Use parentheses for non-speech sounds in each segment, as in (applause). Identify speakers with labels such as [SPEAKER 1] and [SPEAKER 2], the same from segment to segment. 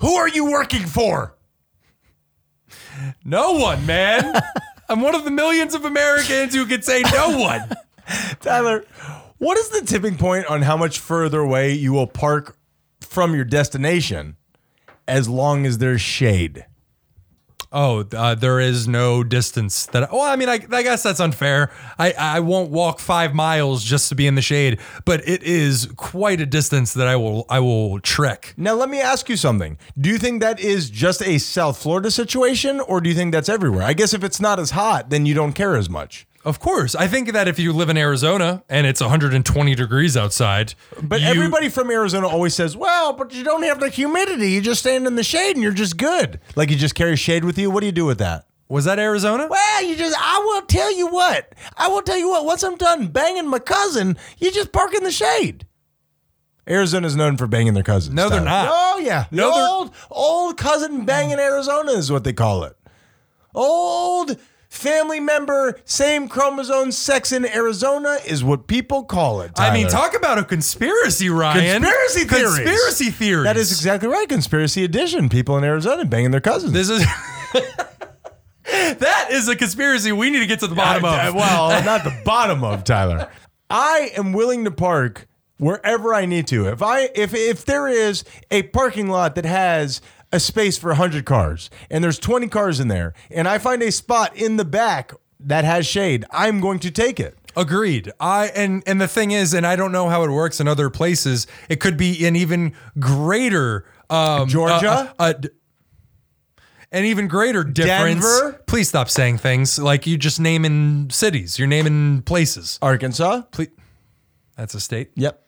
[SPEAKER 1] Who are you working for? No one, man. (laughs) I'm one of the millions of Americans who could say no one.
[SPEAKER 2] Tyler, what is the tipping point on how much further away you will park from your destination as long as there's shade?
[SPEAKER 1] (laughs) Oh, uh, there is no distance that. Well, I mean, I, I guess that's unfair. I, I won't walk five miles just to be in the shade, but it is quite a distance that I will I will trek.
[SPEAKER 2] Now, let me ask you something. Do you think that is just a South Florida situation, or do you think that's everywhere? I guess if it's not as hot, then you don't care as much.
[SPEAKER 1] Of course, I think that if you live in Arizona and it's 120 degrees outside,
[SPEAKER 2] But
[SPEAKER 1] you-
[SPEAKER 2] everybody from Arizona always says, well, but you don't have the humidity. You just stand in the shade and you're just good. Like you just carry shade with you. What do you do with that?
[SPEAKER 1] was that Arizona?
[SPEAKER 2] Well, you just, I will tell you what. I will tell you what. Once I'm done banging my cousin, you just park in the shade. Arizona's known for banging their cousins.
[SPEAKER 1] No, they're
[SPEAKER 2] Tyler.
[SPEAKER 1] not.
[SPEAKER 2] Oh, yeah.
[SPEAKER 1] No,
[SPEAKER 2] The
[SPEAKER 1] they're-
[SPEAKER 2] old, old cousin banging Arizona is what they call it. Old family member, same chromosome, sex in Arizona is what people call it.
[SPEAKER 1] I mean,
[SPEAKER 2] Tyler.
[SPEAKER 1] talk about a conspiracy, Ryan.
[SPEAKER 2] Conspiracy theories.
[SPEAKER 1] Conspiracy theories.
[SPEAKER 2] That is exactly right. Conspiracy edition. People in Arizona banging their cousins.
[SPEAKER 1] This is (laughs) that is a conspiracy we need to get to the bottom
[SPEAKER 2] I- I-
[SPEAKER 1] of. (laughs)
[SPEAKER 2] well, not the bottom of Tyler. I am willing to park wherever I need to. If I if if there is a parking lot that has a space for 100 cars and there's 20 cars in there and I find a spot in the back that has shade, I'm going to take it.
[SPEAKER 1] Agreed. I and and the thing is, and I don't know how it works in other places. It could be an even greater um,
[SPEAKER 2] Georgia?
[SPEAKER 1] uh, uh, uh, d- an even greater difference.
[SPEAKER 2] Denver?
[SPEAKER 1] Please stop saying things like you just naming cities. You're naming places.
[SPEAKER 2] Arkansas?
[SPEAKER 1] Please, that's a state.
[SPEAKER 2] Yep.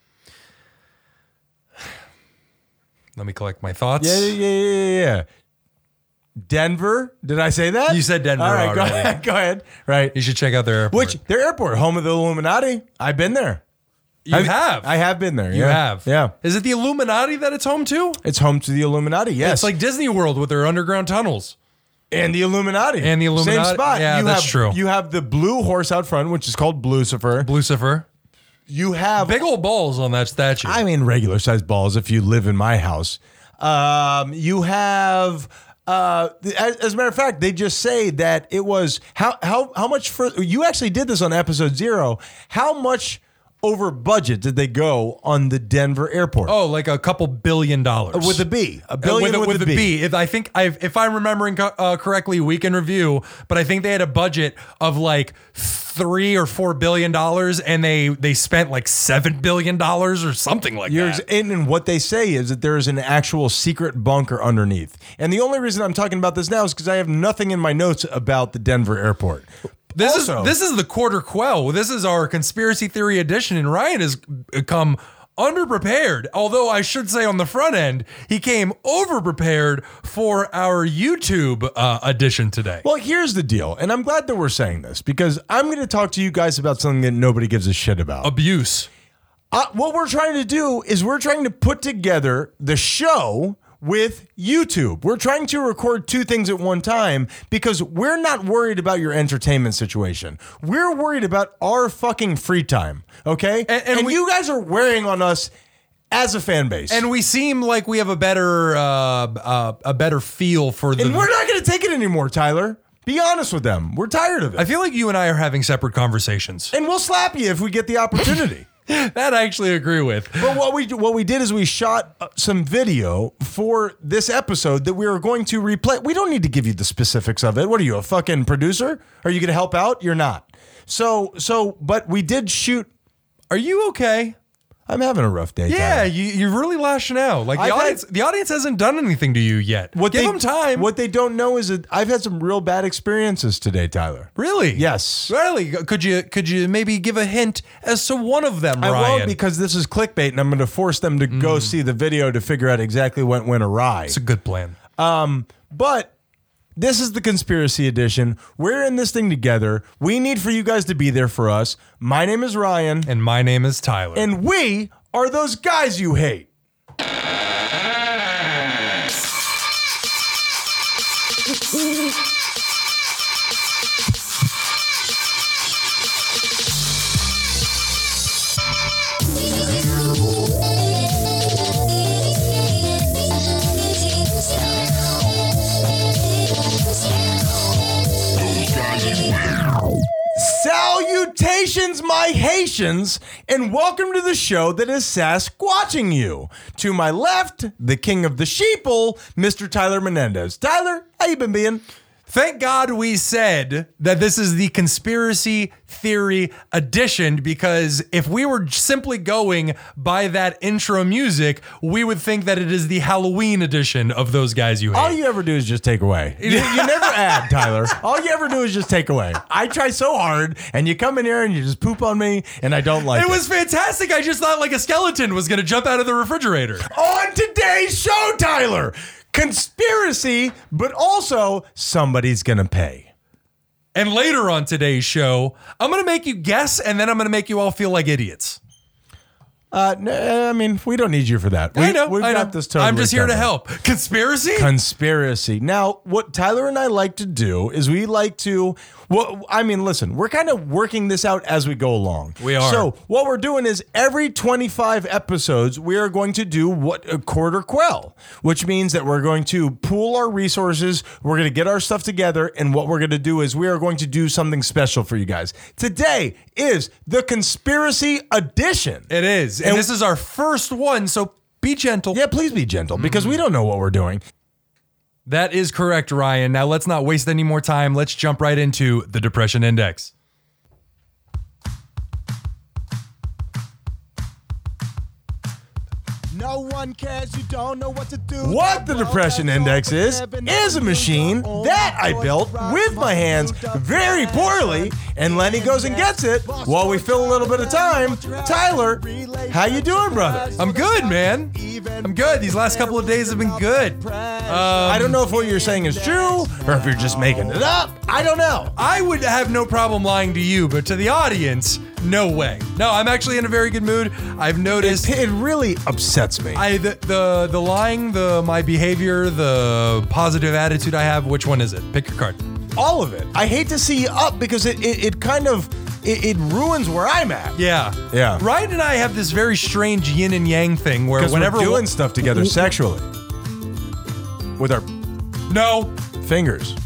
[SPEAKER 1] Let me collect my thoughts.
[SPEAKER 2] Yeah, yeah, yeah, yeah, yeah. Denver? Did I say that?
[SPEAKER 1] You said Denver
[SPEAKER 2] All right, go
[SPEAKER 1] already.
[SPEAKER 2] ahead. Go ahead. Right.
[SPEAKER 1] You should check out their airport.
[SPEAKER 2] Which their airport, home of the Illuminati. I've been there.
[SPEAKER 1] you
[SPEAKER 2] I
[SPEAKER 1] have.
[SPEAKER 2] I have been there.
[SPEAKER 1] You
[SPEAKER 2] yeah.
[SPEAKER 1] have.
[SPEAKER 2] Yeah.
[SPEAKER 1] Is it the Illuminati that it's home to?
[SPEAKER 2] It's home to the Illuminati. Yes.
[SPEAKER 1] It's like Disney World with their underground tunnels.
[SPEAKER 2] and the Illuminati.
[SPEAKER 1] And the Illuminati.
[SPEAKER 2] Same spot.
[SPEAKER 1] Yeah,
[SPEAKER 2] you
[SPEAKER 1] that's
[SPEAKER 2] have,
[SPEAKER 1] true.
[SPEAKER 2] You have the blue horse out front, which is called Lucifer.
[SPEAKER 1] Lucifer.
[SPEAKER 2] You have
[SPEAKER 1] Big old balls on that statue.
[SPEAKER 2] I mean regular sized balls if you live in my house. Um, you have uh, th- as, as a matter of fact, they just say that it was how how how much further you actually did this on episode zero. How much over budget did they go on the Denver airport?
[SPEAKER 1] oh, like a couple billion dollars.
[SPEAKER 2] With a B, a
[SPEAKER 1] Uh,
[SPEAKER 2] billion
[SPEAKER 1] a-
[SPEAKER 2] with, a B.
[SPEAKER 1] a B. If I think I've, if I'm remembering co- uh, correctly, week in review, but I think they had a budget of like three or four billion dollars, and they they spent like seven billion dollars or something like
[SPEAKER 2] You're
[SPEAKER 1] that.
[SPEAKER 2] ex- and, and what they say is that there is an actual secret bunker underneath. And the only reason I'm talking about this now is because I have nothing in my notes about the Denver airport.
[SPEAKER 1] This
[SPEAKER 2] Also-
[SPEAKER 1] is this is the quarter quell. This is our conspiracy theory edition, and Ryan has come underprepared. Although I should say on the front end, he came overprepared for our YouTube uh, edition today.
[SPEAKER 2] Well, here's the deal, and I'm glad that we're saying this because I'm going to talk to you guys about something that nobody gives a shit about.
[SPEAKER 1] Abuse.
[SPEAKER 2] Uh, what we're trying to do is we're trying to put together the show with YouTube. We're trying to record two things at one time because we're not worried about your entertainment situation. We're worried about our fucking free time, okay? And,
[SPEAKER 1] and we-
[SPEAKER 2] you guys are wearing on us as a fan base.
[SPEAKER 1] And we seem like we have a better uh, uh, a better feel for the.
[SPEAKER 2] And we're not going to take it anymore, Tyler. Be honest with them. We're tired of it.
[SPEAKER 1] I feel like you and I are having separate conversations. (laughs)
[SPEAKER 2] and we'll slap you if we get the opportunity.
[SPEAKER 1] That I actually agree with.
[SPEAKER 2] But what we what we did is we shot uh, some video for this episode that we are going to replay. We don't need to give you the specifics of it. What are you, a fucking producer? Are you going to help out? You're not. So so, but we did shoot.
[SPEAKER 1] Are you okay?
[SPEAKER 2] I'm having a rough day.
[SPEAKER 1] Yeah,
[SPEAKER 2] Tyler.
[SPEAKER 1] you, you're really lashing out. Like the
[SPEAKER 2] I've had-
[SPEAKER 1] audience, the audience hasn't done anything to you yet. Give
[SPEAKER 2] they,
[SPEAKER 1] them time.
[SPEAKER 2] What they don't know is that I've had some real bad experiences today, Tyler.
[SPEAKER 1] Really?
[SPEAKER 2] Yes.
[SPEAKER 1] Really? Could you could you maybe give a hint as to one of them,
[SPEAKER 2] I
[SPEAKER 1] Ryan? Mm.
[SPEAKER 2] won't because this is clickbait, and I'm going to force them to go see the video to figure out exactly what went awry.
[SPEAKER 1] it's a good plan.
[SPEAKER 2] But this is the conspiracy edition. We're in this thing together. We need for you guys to be there for us. My name is Ryan,
[SPEAKER 1] And my name is Tyler.
[SPEAKER 2] and we are those guys you hate.
[SPEAKER 3] Thank you.
[SPEAKER 2] Hi, Haitians, and welcome to the show that is Sasquatching you. To my left, the king of the sheeple, Mr. Tyler Menendez. Tyler, how you been being?
[SPEAKER 1] Thank God we said that this is the conspiracy theory edition because if we were simply going by that intro music, we would think that it is the Halloween edition of those guys you hate.
[SPEAKER 2] All you ever do is just take away. You, you never (laughs) add, Tyler. All you ever do is just take away. I try so hard, and you come in here and you just poop on me, and I don't like it.
[SPEAKER 1] it was fantastic. I just thought like a skeleton was going to jump out of the refrigerator.
[SPEAKER 2] on today's show, Tyler. Conspiracy, but also somebody's gonna pay.
[SPEAKER 1] And later on today's show, I'm going to make you guess and then I'm going to make you all feel like idiots.
[SPEAKER 2] Uh, n- I mean, we don't need you for that. We,
[SPEAKER 1] I know.
[SPEAKER 2] We've
[SPEAKER 1] I know.
[SPEAKER 2] got this totally.
[SPEAKER 1] I'm just here to
[SPEAKER 2] covered.
[SPEAKER 1] help. Conspiracy?
[SPEAKER 2] Conspiracy. Now, what Tyler and I like to do is we like to. Well, I mean, listen, we're kind of working this out as we go along.
[SPEAKER 1] We are.
[SPEAKER 2] So what we're doing is every 25 episodes, we are going to do what a quarter quell, which means that we're going to pool our resources. We're going to get our stuff together. And what we're going to do is we are going to do something special for you guys. Today is the conspiracy edition.
[SPEAKER 1] it is. And, this is our first one, so be gentle.
[SPEAKER 2] Yeah, please be gentle because
[SPEAKER 1] Mm-hmm.
[SPEAKER 2] we don't know what we're doing.
[SPEAKER 1] That is correct, Ryan. Now let's not waste any more time. Let's jump right into the Depression Index.
[SPEAKER 3] No one cares, you don't know what to do.
[SPEAKER 2] What the Depression Index is, is a machine that I built with my hands very poorly, and Lenny goes and gets it while we fill a little bit of time. Tyler, how you doing, brother?
[SPEAKER 1] I'm good, man. I'm good. These last couple of days have been good. Um,
[SPEAKER 2] I don't know if what you're saying is true or if you're just making it up. I don't know.
[SPEAKER 1] I would have no problem lying to you, but to the audience, no way. No, I'm actually in a very good mood. I've noticed
[SPEAKER 2] It really upsets me.
[SPEAKER 1] I the, the the lying, the my behavior, the positive attitude I have. Which one is it? Pick your card.
[SPEAKER 2] All of it. I hate to see you up because it, it, it kind of it, it ruins where I'm at.
[SPEAKER 1] Yeah.
[SPEAKER 2] Yeah.
[SPEAKER 1] Ryan and I have this very strange yin and yang thing where
[SPEAKER 2] Because we're
[SPEAKER 1] whenever
[SPEAKER 2] doing stuff together sexually with our
[SPEAKER 1] no,
[SPEAKER 2] fingers.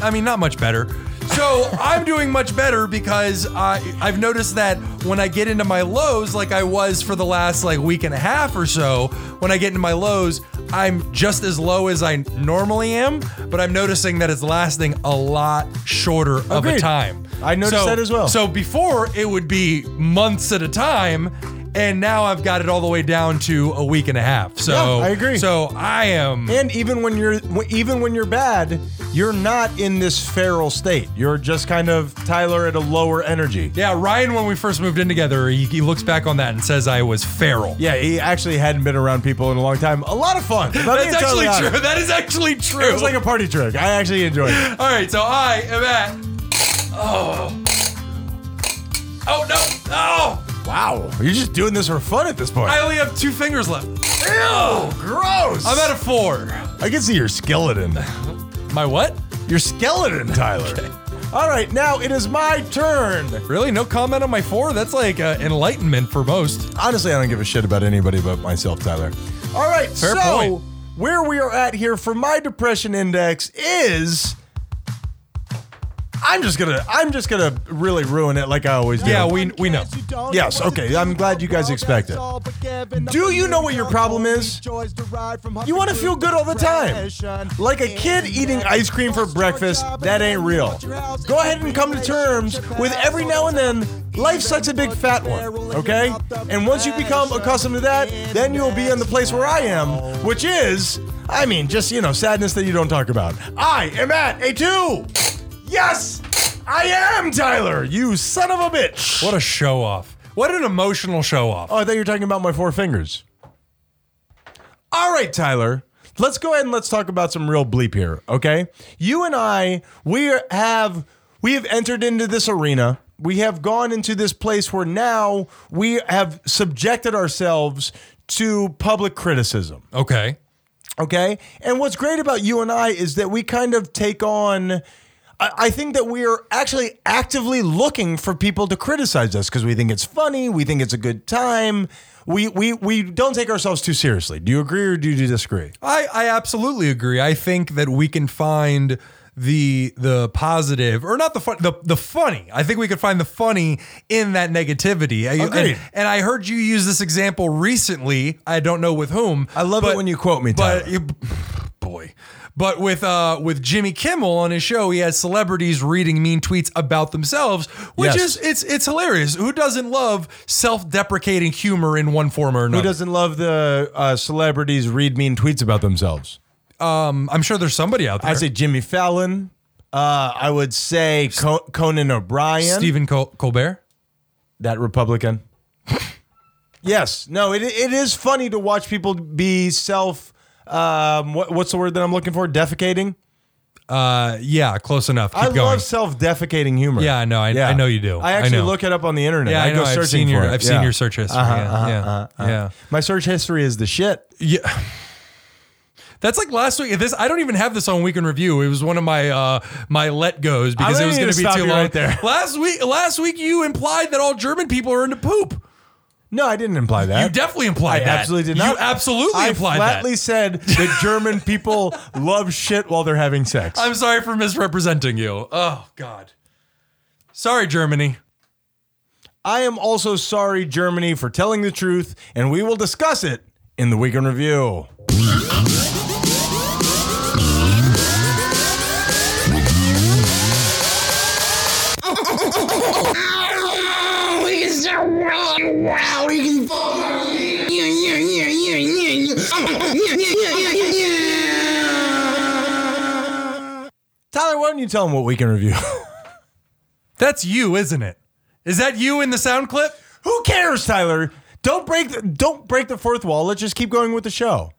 [SPEAKER 1] I mean, not much better. So (laughs) I'm doing much better because I I've noticed that when I get into my lows, like I was for the last like week and a half or so, when I get into my lows, I'm just as low as I normally am, but I'm noticing that it's lasting a lot shorter of a
[SPEAKER 2] Agreed.
[SPEAKER 1] time.
[SPEAKER 2] I noticed
[SPEAKER 1] So-
[SPEAKER 2] that as well.
[SPEAKER 1] So before it would be months at a time, and now I've got it all the way down to a week and a half. So
[SPEAKER 2] Yeah, I agree.
[SPEAKER 1] So I am.
[SPEAKER 2] And even when you're w- even when you're bad, you're not in this feral state. You're just kind of Tyler at a lower energy.
[SPEAKER 1] Yeah, Ryan, when we first moved in together, he, he looks back on that and says I was feral.
[SPEAKER 2] Yeah, he actually hadn't been around people in a long time. A lot of fun. If I'm being
[SPEAKER 1] That's
[SPEAKER 2] totally
[SPEAKER 1] actually
[SPEAKER 2] honest.
[SPEAKER 1] true. That is actually true.
[SPEAKER 2] It was like a party trick. I actually enjoyed
[SPEAKER 1] (laughs)
[SPEAKER 2] it.
[SPEAKER 1] All right, so I am at. Oh. Oh, no. Oh.
[SPEAKER 2] Wow, you're just doing this for fun at this point.
[SPEAKER 1] I only have two fingers left.
[SPEAKER 2] ew, gross.
[SPEAKER 1] I'm at a four.
[SPEAKER 2] I can see your skeleton.
[SPEAKER 1] My what?
[SPEAKER 2] Your skeleton,
[SPEAKER 1] (laughs)
[SPEAKER 2] Tyler. All right, now it is my turn.
[SPEAKER 1] Really? No comment on my four? That's like uh, enlightenment for most.
[SPEAKER 2] honestly, I don't give a shit about anybody but myself, Tyler. All right,
[SPEAKER 1] Fair
[SPEAKER 2] so
[SPEAKER 1] point.
[SPEAKER 2] where we are at here for my depression index is. I'm just gonna, I'm just gonna really ruin it like I always do.
[SPEAKER 1] Yeah, we we know.
[SPEAKER 2] Yes, okay, I'm glad you guys expect it.
[SPEAKER 3] Do you know what your problem is?
[SPEAKER 2] You want to feel good all the time. Like a kid eating ice cream for breakfast, that ain't real. Go ahead and come to terms with every now and then, life such a big fat one, okay? And once you become accustomed to that, then you'll be in the place where I am, which is, I mean, just, you know, sadness that you don't talk about. I am at a two. Yes, I am, Tyler, you son of a bitch.
[SPEAKER 1] What a show off. What an emotional show off.
[SPEAKER 2] Oh, I thought you were talking about my four fingers. All right, Tyler. Let's go ahead and let's talk about some real bleep here, okay? You and I, we are, have we have entered into this arena. We have gone into this place where now we have subjected ourselves to public criticism.
[SPEAKER 1] Okay.
[SPEAKER 2] Okay. And what's great about you and I is that we kind of take on. I- I think that we are actually actively looking for people to criticize us because we think it's funny. We think it's a good time. We, we, we don't take ourselves too seriously. Do you agree or do you disagree?
[SPEAKER 1] I, I absolutely agree. I think that we can find the the positive or not the fun the, the funny. I think we could find the funny in that negativity. I-
[SPEAKER 2] Agreed.
[SPEAKER 1] And, and I heard you use this example recently. I don't know with whom.
[SPEAKER 2] I love it when you quote me, Tyler.
[SPEAKER 1] But you, boy, but with uh with Jimmy Kimmel on his show, he has celebrities reading mean tweets about themselves, which
[SPEAKER 2] Yes.
[SPEAKER 1] is it's it's hilarious. Who doesn't love self-deprecating humor in one form or
[SPEAKER 2] Who
[SPEAKER 1] another?
[SPEAKER 2] doesn't love the uh, celebrities read mean tweets about themselves?
[SPEAKER 1] I'm sure there's somebody out there.
[SPEAKER 2] I say Jimmy Fallon. Uh, I would say Co- Conan O'Brien,
[SPEAKER 1] Stephen Col- Colbert.
[SPEAKER 2] that Republican. yes, no, it, it is funny to watch people be self. Um, what, what's the word that I'm looking for? Defecating.
[SPEAKER 1] Uh, yeah, close enough. Keep
[SPEAKER 2] I
[SPEAKER 1] going.
[SPEAKER 2] love self-defecating humor.
[SPEAKER 1] Yeah, I know. I- I know you do.
[SPEAKER 2] I
[SPEAKER 1] I
[SPEAKER 2] actually
[SPEAKER 1] know.
[SPEAKER 2] look it up on the internet.
[SPEAKER 1] yeah, I,
[SPEAKER 2] I, go
[SPEAKER 1] know.
[SPEAKER 2] searching
[SPEAKER 1] I've seen your
[SPEAKER 2] for it.
[SPEAKER 1] I've seen
[SPEAKER 2] Yeah. Uh-huh,
[SPEAKER 1] your search history. yeah, yeah, yeah.
[SPEAKER 2] My search history is the shit.
[SPEAKER 1] Yeah. (laughs) That's like last week. This I don't even have this on weekend review. It was one of my uh, my let goes because
[SPEAKER 2] gonna
[SPEAKER 1] it was
[SPEAKER 2] need
[SPEAKER 1] going
[SPEAKER 2] to
[SPEAKER 1] to be
[SPEAKER 2] stop
[SPEAKER 1] too
[SPEAKER 2] you
[SPEAKER 1] long.
[SPEAKER 2] right there.
[SPEAKER 1] (laughs) Last week, last week you implied that all German people are into poop.
[SPEAKER 2] No, I didn't imply that.
[SPEAKER 1] You definitely implied
[SPEAKER 2] I
[SPEAKER 1] that.
[SPEAKER 2] absolutely did not.
[SPEAKER 1] You absolutely
[SPEAKER 2] I
[SPEAKER 1] implied
[SPEAKER 2] flatly
[SPEAKER 1] that.
[SPEAKER 2] said that German
[SPEAKER 1] (laughs)
[SPEAKER 2] people love shit while they're having sex.
[SPEAKER 1] I'm sorry for misrepresenting you. Oh God. Sorry, Germany.
[SPEAKER 2] I am also sorry, Germany, for telling the truth, and we will discuss it in the weekend review.
[SPEAKER 4] we can start rolling wild. We can fuck. Yeah, yeah, yeah, yeah, yeah, yeah. Oh, yeah, yeah, yeah, yeah, yeah, yeah.
[SPEAKER 2] Tyler, why don't you tell them what weekend review? (laughs)
[SPEAKER 1] That's you, isn't it? Is that you in the sound clip?
[SPEAKER 2] Who cares, Tyler? Don't break the, don't break the fourth wall. Let's just keep going with the show.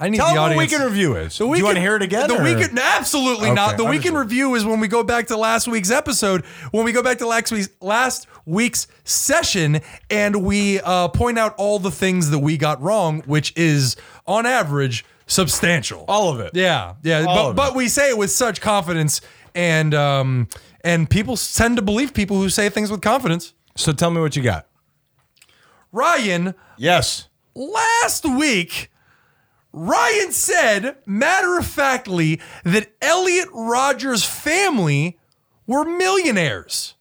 [SPEAKER 1] I need
[SPEAKER 2] Tell
[SPEAKER 1] the
[SPEAKER 2] them what
[SPEAKER 1] audience.
[SPEAKER 2] weekend review is.
[SPEAKER 1] The
[SPEAKER 2] Do you want to
[SPEAKER 1] Weekend-
[SPEAKER 2] hear it again?
[SPEAKER 1] The
[SPEAKER 2] or-
[SPEAKER 1] weekend, no, absolutely not. The weekend
[SPEAKER 2] understood.
[SPEAKER 1] review is when we go back to last week's episode. When we go back to last week's last week's session, and we uh, point out all the things that we got wrong, which is on average substantial.
[SPEAKER 2] All of it.
[SPEAKER 1] Yeah, yeah.
[SPEAKER 2] All of
[SPEAKER 1] But,
[SPEAKER 2] it.
[SPEAKER 1] but we say it with such confidence, and um, and people tend to believe people who say things with confidence.
[SPEAKER 2] So tell me what you got.
[SPEAKER 1] Ryan
[SPEAKER 2] Yes.
[SPEAKER 1] last week, Ryan said matter of factly that Elliot Rogers' family were millionaires.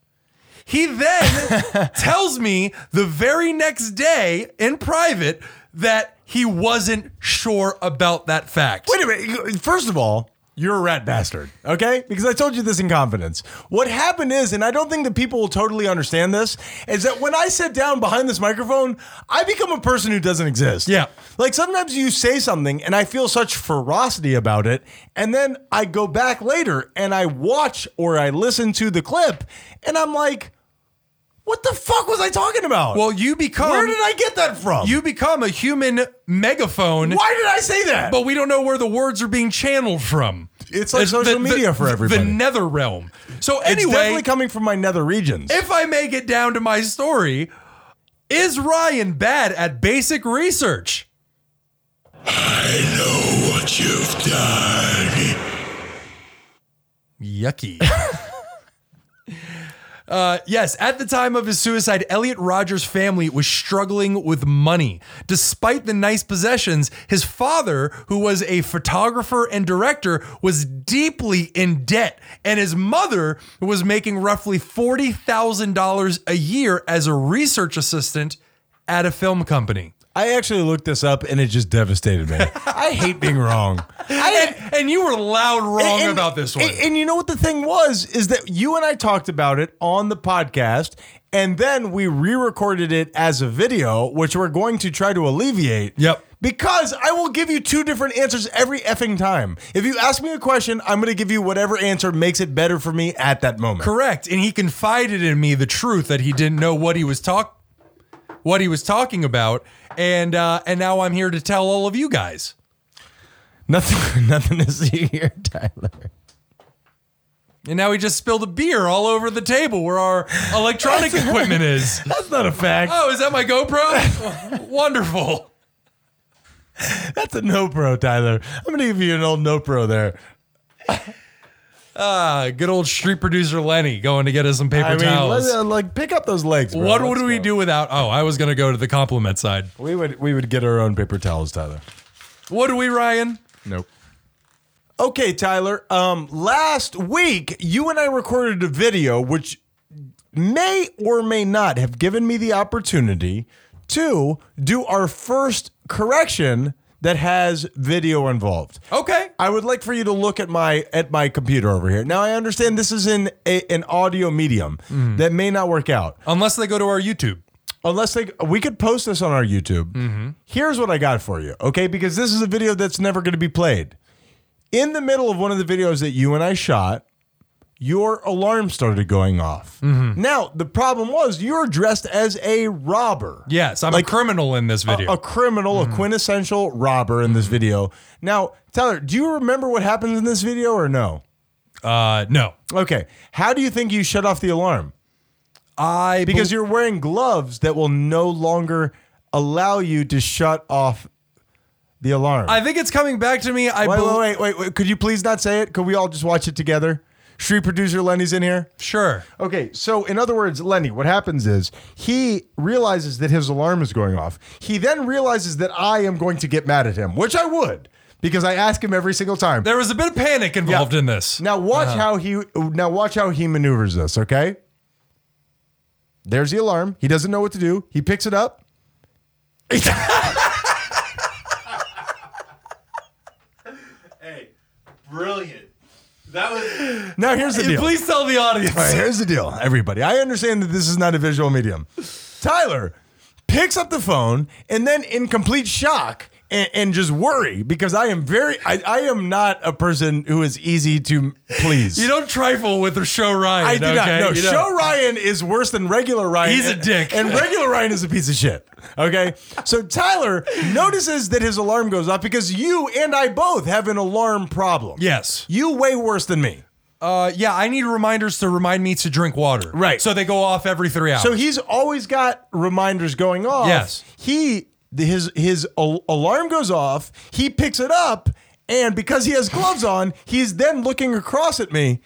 [SPEAKER 2] (laughs)
[SPEAKER 1] He then tells me the very next day in private that he wasn't sure about that fact.
[SPEAKER 2] Wait a minute. First of all, you're a rat bastard, okay? Because I told you this in confidence. What happened is, and I don't think that people will totally understand this, is that when I sit down behind this microphone, I become a person who doesn't exist.
[SPEAKER 1] Yeah.
[SPEAKER 2] Like sometimes you say something and I feel such ferocity about it, and then I go back later and I watch or I listen to the clip and I'm like, what the fuck was I talking about?
[SPEAKER 1] Well, you become
[SPEAKER 2] where did I get that from?
[SPEAKER 1] you become a human megaphone.
[SPEAKER 2] Why did I say that?
[SPEAKER 1] But we don't know where the words are being channeled from.
[SPEAKER 2] It's like social media for everybody.
[SPEAKER 1] The nether realm. So
[SPEAKER 2] it's
[SPEAKER 1] anyway,
[SPEAKER 2] definitely coming from my nether regions.
[SPEAKER 1] if I make it down to my story, is Ryan bad at basic research?
[SPEAKER 5] what you've done.
[SPEAKER 1] Yucky. Uh, yes, at the time of his suicide, Elliot Rogers' family was struggling with money. Despite the nice possessions, his father, who was a photographer and director, was deeply in debt, and his mother was making roughly $40,000 a year as a research assistant at a film company.
[SPEAKER 2] I actually looked this up and it just devastated
[SPEAKER 1] (laughs)
[SPEAKER 2] me. I hate being wrong.
[SPEAKER 1] and, and you were loud wrong
[SPEAKER 2] And-
[SPEAKER 1] about this one.
[SPEAKER 2] And, and you know what the thing was is that you and I talked about it on the podcast, and then we re-recorded it as a video, which we're going to try to alleviate.
[SPEAKER 1] Yep.
[SPEAKER 2] Because I will give you two different answers every effing time. If you ask me a question, I'm going to give you whatever answer makes it better for me at that moment.
[SPEAKER 1] Correct. And he confided in me the truth that he didn't know what he was talk what he was talking about. And uh, and now I'm here to tell all of you guys. (laughs)
[SPEAKER 2] Nothing, nothing to see here, Tyler.
[SPEAKER 1] And now he just spilled a beer all over the table where our electronic equipment is.
[SPEAKER 2] That's not a fact.
[SPEAKER 1] Oh, is that my GoPro? (laughs) Wonderful.
[SPEAKER 2] That's a no pro, Tyler. I'm going to give you an old no pro there.
[SPEAKER 1] Uh, good old street producer Lenny going to get us some paper
[SPEAKER 2] I mean,
[SPEAKER 1] towels.
[SPEAKER 2] let's, uh, like pick up those legs. Bro.
[SPEAKER 1] what would
[SPEAKER 2] Let's
[SPEAKER 1] we
[SPEAKER 2] go.
[SPEAKER 1] do without? Oh, I was going to go to the compliment side.
[SPEAKER 2] We would we would get our own paper towels, Tyler.
[SPEAKER 1] What do we, Ryan?
[SPEAKER 2] Nope. Okay, Tyler. Um, last week you and I recorded a video which may or may not have given me the opportunity to do our first correction that has video involved.
[SPEAKER 1] Okay.
[SPEAKER 2] I would like for you to look at my at my computer over here. Now I understand this is in a, an audio medium that may not work out
[SPEAKER 1] Unless they go to our YouTube.
[SPEAKER 2] unless they we could post this on our YouTube. Here's what I got for you, okay? Because this is a video that's never going to be played. In the middle of one of the videos that you and I shot, your alarm started going off. Now the problem was you're dressed as a robber.
[SPEAKER 1] Yes, I'm a criminal in this video.
[SPEAKER 2] A criminal, a quintessential robber in this video. Now, Tyler, do you remember what happens in this video or no?
[SPEAKER 1] uh, no.
[SPEAKER 2] Okay. How do you think you shut off the alarm?
[SPEAKER 1] I
[SPEAKER 2] because you're wearing gloves that will no longer allow you to shut off the alarm.
[SPEAKER 1] I think it's coming back to me. I
[SPEAKER 2] wait,
[SPEAKER 1] bel-
[SPEAKER 2] wait, wait, wait, wait. Could you please not say it? Could we all just watch it together? Street producer Lenny's in here.
[SPEAKER 1] Sure.
[SPEAKER 2] Okay, so in other words, Lenny, what happens is he realizes that his alarm is going off. He then realizes that I am going to get mad at him, which I would because I ask him every single time.
[SPEAKER 1] There was a bit of panic involved in this.
[SPEAKER 2] Now watch how he now watch how he maneuvers this, okay? There's the alarm. He doesn't know what to do. He picks it up.
[SPEAKER 6] Brilliant. That was
[SPEAKER 2] Now here's the deal.
[SPEAKER 1] Please tell the audience.
[SPEAKER 2] All right, here's the deal, everybody. I understand that this is not a visual medium. Tyler picks up the phone and then in complete shock and, and just worry because I am very I, I am not a person who is easy to please.
[SPEAKER 1] (laughs) You don't trifle with the show Ryan.
[SPEAKER 2] I do
[SPEAKER 1] okay?
[SPEAKER 2] not. No,
[SPEAKER 1] You
[SPEAKER 2] show
[SPEAKER 1] don't.
[SPEAKER 2] Ryan is worse than regular Ryan.
[SPEAKER 1] He's a
[SPEAKER 2] and-
[SPEAKER 1] dick.
[SPEAKER 2] And regular Ryan is a piece of shit. Okay. So Tyler notices that his alarm goes off because you and I both have an alarm problem.
[SPEAKER 1] Yes.
[SPEAKER 2] You way worse than me.
[SPEAKER 1] Uh, yeah, I need reminders to remind me to drink water.
[SPEAKER 2] Right.
[SPEAKER 1] So they go off every three hours.
[SPEAKER 2] So he's always got reminders going off.
[SPEAKER 1] Yes.
[SPEAKER 2] He the- his his al- alarm goes off. He picks it up, and because he has gloves on, he's then looking across at me.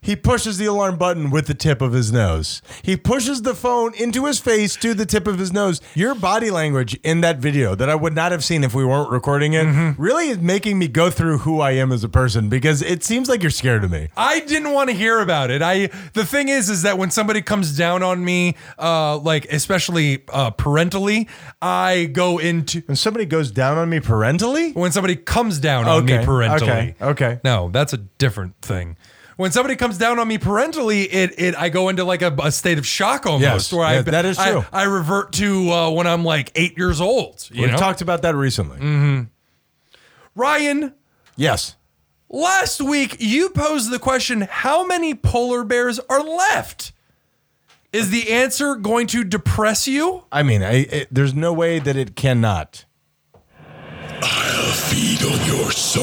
[SPEAKER 2] He pushes the alarm button with the tip of his nose. He pushes the phone into his face to the tip of his nose. Your body language in that video that I would not have seen if we weren't recording it really is making me go through who I am as a person because it seems like you're scared of me.
[SPEAKER 1] I didn't want to hear about it. I the thing is, is that when somebody comes down on me, uh, like especially uh, parentally, I go into
[SPEAKER 2] When somebody goes down on me parentally,
[SPEAKER 1] when somebody comes down on me
[SPEAKER 2] Okay,
[SPEAKER 1] parentally.
[SPEAKER 2] okay, okay.
[SPEAKER 1] No, that's a different thing. When somebody comes down on me parentally, it it I go into like a, a state of shock almost.
[SPEAKER 2] Yes,
[SPEAKER 1] where I,
[SPEAKER 2] yeah, that is
[SPEAKER 1] I-
[SPEAKER 2] true.
[SPEAKER 1] I, revert to uh, when I'm like eight years old. You
[SPEAKER 2] we
[SPEAKER 1] know, Mm.
[SPEAKER 2] talked about that recently.
[SPEAKER 1] Ryan.
[SPEAKER 2] Yes.
[SPEAKER 1] Last week, you posed the question how many polar bears are left? Is the answer going to depress you?
[SPEAKER 2] I mean, I, it, there's no way that it cannot.
[SPEAKER 5] I'll feed on your soul.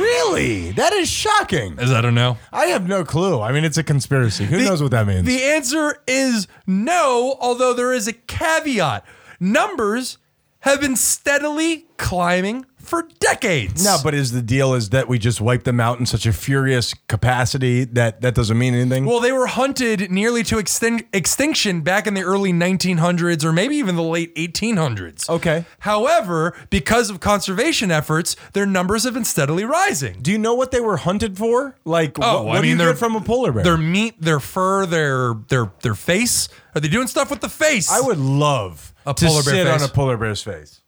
[SPEAKER 2] Really? That is shocking.
[SPEAKER 1] As I don't know.
[SPEAKER 2] I have no clue. I mean, it's a conspiracy. Who knows what that means?
[SPEAKER 1] The answer is no, although there is a caveat. Numbers have been steadily climbing for decades.
[SPEAKER 2] no, but is the deal is that we just wipe them out in such a furious capacity that that doesn't mean anything?
[SPEAKER 1] Well, they were hunted nearly to extin- extinction back in the early 1900s or maybe even the late 1800s.
[SPEAKER 2] Okay.
[SPEAKER 1] However, because of conservation efforts, their numbers have been steadily rising.
[SPEAKER 2] do you know what they were hunted for? Like, what,
[SPEAKER 1] Oh, I
[SPEAKER 2] what do
[SPEAKER 1] mean,
[SPEAKER 2] you
[SPEAKER 1] they're-
[SPEAKER 2] get from a polar bear?
[SPEAKER 1] Their meat, their fur, their their their face. Are they doing stuff with the face?
[SPEAKER 2] I would love
[SPEAKER 1] A
[SPEAKER 2] to
[SPEAKER 1] polar bear
[SPEAKER 2] sit
[SPEAKER 1] face.
[SPEAKER 2] on a polar bear's face.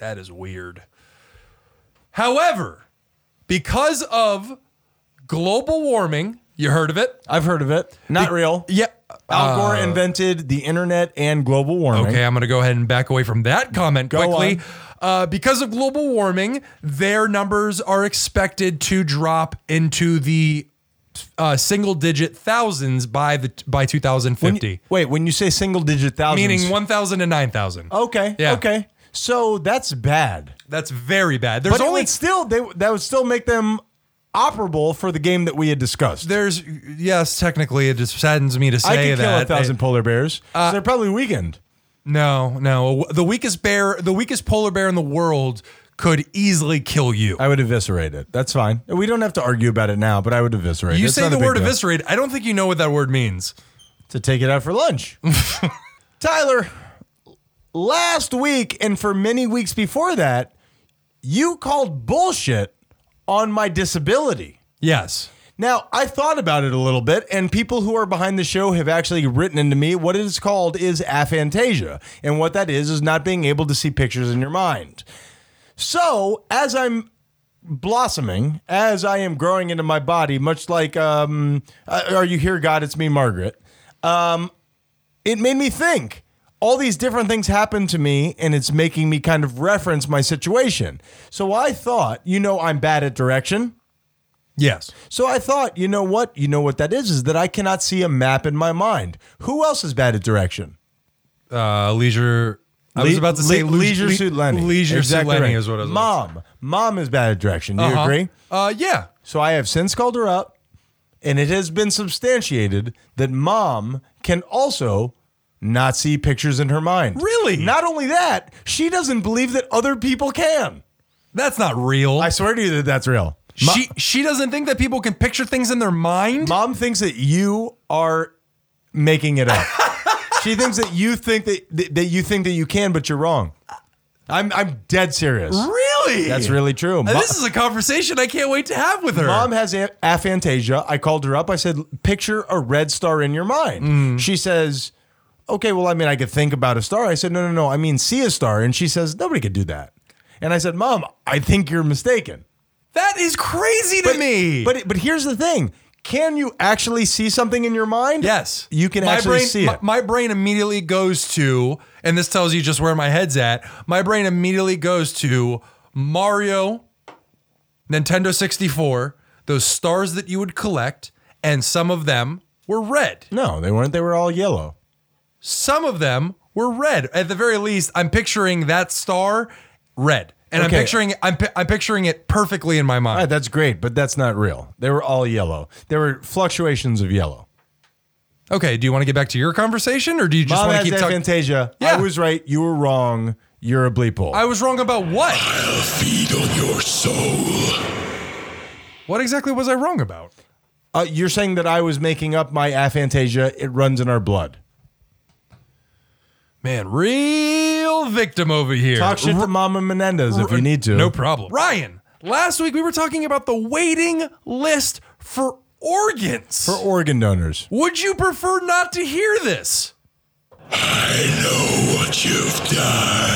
[SPEAKER 1] That is weird. However, because of global warming, you heard of it?
[SPEAKER 2] I've heard of it. Not real.
[SPEAKER 1] Yep.
[SPEAKER 2] Al Gore invented the internet and global warming.
[SPEAKER 1] Uh, Okay, I'm going to go ahead and back away from that comment
[SPEAKER 2] Go
[SPEAKER 1] quickly.
[SPEAKER 2] on.
[SPEAKER 1] Uh, because of global warming, their numbers are expected to drop into the uh, single-digit thousands by the by 2050,
[SPEAKER 2] Wait, when you say single digit thousands, Oh.
[SPEAKER 1] meaning 1,000 to 9,000.
[SPEAKER 2] Okay.
[SPEAKER 1] Yeah.
[SPEAKER 2] Okay. So that's bad.
[SPEAKER 1] That's very bad. There's
[SPEAKER 2] But
[SPEAKER 1] only
[SPEAKER 2] only still they that would still make them operable for the game that we had discussed.
[SPEAKER 1] there's yes, technically it just saddens me to say
[SPEAKER 2] I could kill
[SPEAKER 1] that. Uh,
[SPEAKER 2] a thousand
[SPEAKER 1] It-
[SPEAKER 2] polar bears. so they're probably weakened.
[SPEAKER 1] no, no. The weakest bear, the weakest polar bear in the world could easily kill you.
[SPEAKER 2] I would eviscerate it. That's fine. We don't have to argue about it now, but I would eviscerate.
[SPEAKER 1] you
[SPEAKER 2] It's
[SPEAKER 1] say
[SPEAKER 2] not a
[SPEAKER 1] the
[SPEAKER 2] big
[SPEAKER 1] word
[SPEAKER 2] deal.
[SPEAKER 1] eviscerate. I don't think you know what that word means.
[SPEAKER 2] to take it out for lunch.
[SPEAKER 1] (laughs)
[SPEAKER 2] Tyler, last week and for many weeks before that, you called bullshit on my disability.
[SPEAKER 1] Yes.
[SPEAKER 2] Now, I thought about it a little bit, and people who are behind the show have actually written into me what it is called is aphantasia. And what that is, is not being able to see pictures in your mind. So, as I'm blossoming, as I am growing into my body, much like, um, uh, Are You Here, God? It's Me, Margaret, um, it made me think. All these different things happen to me, and it's making me kind of reference my situation. So I thought, you know, I'm bad at direction.
[SPEAKER 1] Yes.
[SPEAKER 2] So I thought, you know what? You know what that is? Is that I cannot see a map in my mind. Who else is bad at direction?
[SPEAKER 1] Uh, leisure. I was
[SPEAKER 2] Le-
[SPEAKER 1] about to
[SPEAKER 2] Le-
[SPEAKER 1] say le-
[SPEAKER 2] leisure
[SPEAKER 1] le-
[SPEAKER 2] suit Lenny.
[SPEAKER 1] Leisure
[SPEAKER 2] Exactly
[SPEAKER 1] suit Lenny
[SPEAKER 2] right.
[SPEAKER 1] is what it was.
[SPEAKER 2] Mom, mom is bad at direction. Do you agree?
[SPEAKER 1] Uh, yeah.
[SPEAKER 2] So I have since called her up, and it has been substantiated that mom can also not see pictures in her mind.
[SPEAKER 1] Really?
[SPEAKER 2] Not only that, she doesn't believe that other people can.
[SPEAKER 1] That's not real.
[SPEAKER 2] I swear to you that that's real. Mo-
[SPEAKER 1] she she doesn't think that people can picture things in their mind.
[SPEAKER 2] Mom thinks that you are making it
[SPEAKER 1] (laughs)
[SPEAKER 2] up. she thinks that you think that, that that you think that you can, but you're wrong. I'm I'm dead serious.
[SPEAKER 1] really?
[SPEAKER 2] That's really true.
[SPEAKER 1] And
[SPEAKER 2] Mo-
[SPEAKER 1] this is a conversation I can't wait to have with her.
[SPEAKER 2] Mom has a- aphantasia. I called her up. I said, "Picture a red star in your mind."
[SPEAKER 1] Mm.
[SPEAKER 2] She says, "Okay, well, I mean, I could think about a star." I said, "No, no, no. I mean, see a star." And she says, "Nobody could do that." And I said, "Mom, I think you're mistaken."
[SPEAKER 1] that is crazy to me.
[SPEAKER 2] But but here's the thing: Can you actually see something in your mind?
[SPEAKER 1] yes,
[SPEAKER 2] you can
[SPEAKER 1] my
[SPEAKER 2] actually
[SPEAKER 1] brain,
[SPEAKER 2] see
[SPEAKER 1] my-
[SPEAKER 2] it.
[SPEAKER 1] My, brain immediately goes to, and this tells you just where my head's at. My brain immediately goes to Mario, Nintendo sixty four, those stars that you would collect, and some of them were red.
[SPEAKER 2] No, they weren't. They were all yellow.
[SPEAKER 1] Some of them were red. At the very least, I'm picturing that star red, and
[SPEAKER 2] Okay.
[SPEAKER 1] I'm picturing I'm pi- I'm picturing it perfectly in my
[SPEAKER 2] All
[SPEAKER 1] mind.
[SPEAKER 2] right, that's great, but that's not real. They were all yellow. There were fluctuations of yellow.
[SPEAKER 1] Okay, do you want to get back to your conversation, or do you just
[SPEAKER 2] Mom
[SPEAKER 1] want to
[SPEAKER 2] has
[SPEAKER 1] keep talking?
[SPEAKER 2] aphantasia.
[SPEAKER 1] Yeah.
[SPEAKER 2] I was right. You were wrong. You're a bleep hole.
[SPEAKER 1] I was wrong about what?
[SPEAKER 5] I'll feed on your soul.
[SPEAKER 1] What exactly was I wrong about?
[SPEAKER 2] Uh, you're saying that I was making up my aphantasia. It runs in our blood.
[SPEAKER 1] Man, real victim over here.
[SPEAKER 2] Talk shit to Mama Menendez if you need to.
[SPEAKER 1] No problem. Ryan, last week we were talking about the waiting list for organs.
[SPEAKER 2] For organ donors.
[SPEAKER 1] Would you prefer not to hear this?
[SPEAKER 5] I know what you've done.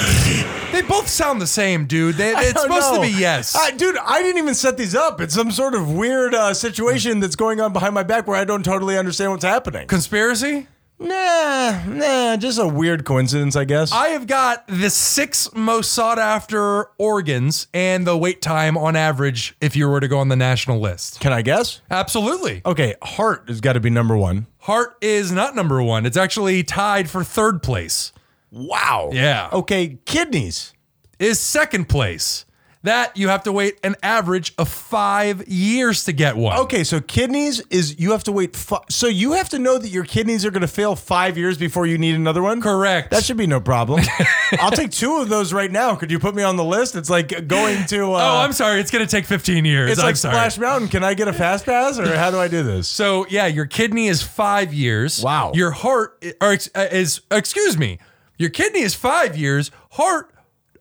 [SPEAKER 1] They both sound the same, dude. They,
[SPEAKER 2] I
[SPEAKER 1] it's
[SPEAKER 2] don't
[SPEAKER 1] supposed
[SPEAKER 2] know.
[SPEAKER 1] to be yes.
[SPEAKER 2] I, dude, I didn't even set these up. It's some sort of weird uh, situation that's going on behind my back where I don't totally understand what's happening.
[SPEAKER 1] Conspiracy?
[SPEAKER 2] Nah, nah, just a weird coincidence, I guess.
[SPEAKER 1] I have got the six most sought after organs and the wait time on average if you were to go on the national list.
[SPEAKER 2] Can I guess?
[SPEAKER 1] Absolutely.
[SPEAKER 2] Okay, heart has got to be number one.
[SPEAKER 1] Heart is not number one. It's actually tied for third place.
[SPEAKER 2] Wow.
[SPEAKER 1] Yeah.
[SPEAKER 2] Okay, kidneys.
[SPEAKER 1] Is second place. That you have to wait an average of five years to get one.
[SPEAKER 2] Okay, so kidneys is you have to wait. Fi- so you have to know that your kidneys are going to fail five years before you need another one.
[SPEAKER 1] Correct.
[SPEAKER 2] That should be no problem.
[SPEAKER 1] (laughs)
[SPEAKER 2] I'll take two of those right now. Could you put me on the list? It's like going to. Uh,
[SPEAKER 1] oh, I'm sorry. It's going to take 15 years.
[SPEAKER 2] It's
[SPEAKER 1] I'm
[SPEAKER 2] like
[SPEAKER 1] sorry.
[SPEAKER 2] Splash Mountain. Can I get a fast pass, or how do I do
[SPEAKER 1] (laughs)
[SPEAKER 2] this?
[SPEAKER 1] So yeah, your kidney is five years.
[SPEAKER 2] Wow.
[SPEAKER 1] Your heart i- or ex- uh, is excuse me, your kidney is five years. Heart,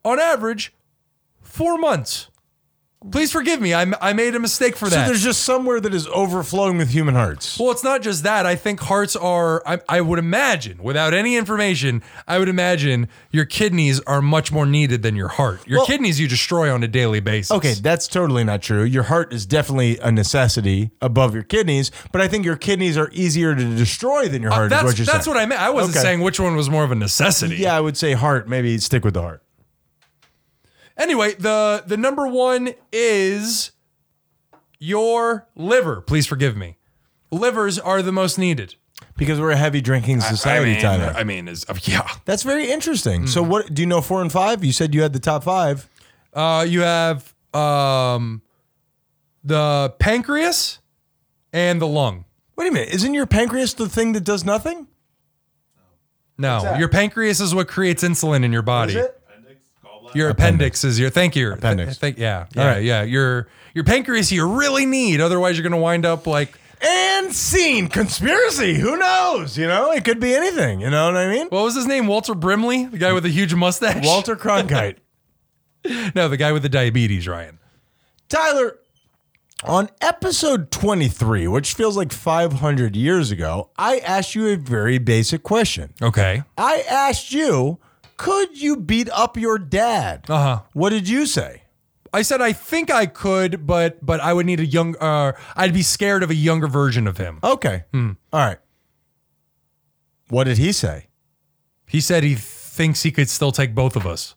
[SPEAKER 1] on average, four months. Please forgive me. I m- I made a mistake for
[SPEAKER 2] So
[SPEAKER 1] that.
[SPEAKER 2] there's just somewhere that is overflowing with human hearts.
[SPEAKER 1] well, it's not just that. I think hearts are. I, I would imagine, without any information, I would imagine your kidneys are much more needed than your heart. Your
[SPEAKER 2] Well-
[SPEAKER 1] kidneys you destroy on a daily basis.
[SPEAKER 2] Okay, that's totally not true. Your heart is definitely a necessity above your kidneys, but I think your kidneys are easier to destroy than your heart.
[SPEAKER 1] Uh, that's
[SPEAKER 2] is what you're
[SPEAKER 1] that's
[SPEAKER 2] saying.
[SPEAKER 1] what I meant. I wasn't
[SPEAKER 2] Okay.
[SPEAKER 1] saying which one was more of a necessity.
[SPEAKER 2] Yeah, I would say heart. Maybe stick with the heart.
[SPEAKER 1] Anyway, the the number one is your liver. Please forgive me. Livers are the most needed.
[SPEAKER 2] Because we're a heavy drinking society, Tyler.
[SPEAKER 1] I Mm-hmm. mean, is uh, yeah.
[SPEAKER 2] That's very interesting. So, what do you know? Four and five. You said you had the top five.
[SPEAKER 1] Uh, you have um, the pancreas and the lung.
[SPEAKER 2] Wait a minute. Isn't your pancreas the thing that does nothing?
[SPEAKER 1] No, your pancreas is what creates insulin in your body.
[SPEAKER 6] Appendix, gallbladder.
[SPEAKER 1] Your appendix. is your thank you.
[SPEAKER 2] Appendix.
[SPEAKER 1] Thank, yeah. All right. Yeah. Your your pancreas you really need. Otherwise, you're gonna wind up like
[SPEAKER 2] And scene conspiracy. Who knows? You know, it could be anything. You know what I mean?
[SPEAKER 1] (laughs) what was his name? Walter Brimley, the guy with the huge mustache.
[SPEAKER 2] Walter Cronkite.
[SPEAKER 1] No, the guy with the diabetes, Ryan.
[SPEAKER 2] Tyler, on episode 23, which feels like 500 years ago, I asked you a very basic question.
[SPEAKER 1] Okay.
[SPEAKER 2] I asked you, could you beat up your dad?
[SPEAKER 1] Uh huh.
[SPEAKER 2] What did you say?
[SPEAKER 1] I said I think I could, but but I would need a young. Uh, I'd be scared of a younger version of him.
[SPEAKER 2] Okay.
[SPEAKER 1] Hmm.
[SPEAKER 2] All right. What did he say?
[SPEAKER 1] He said he thinks he could still take both of us.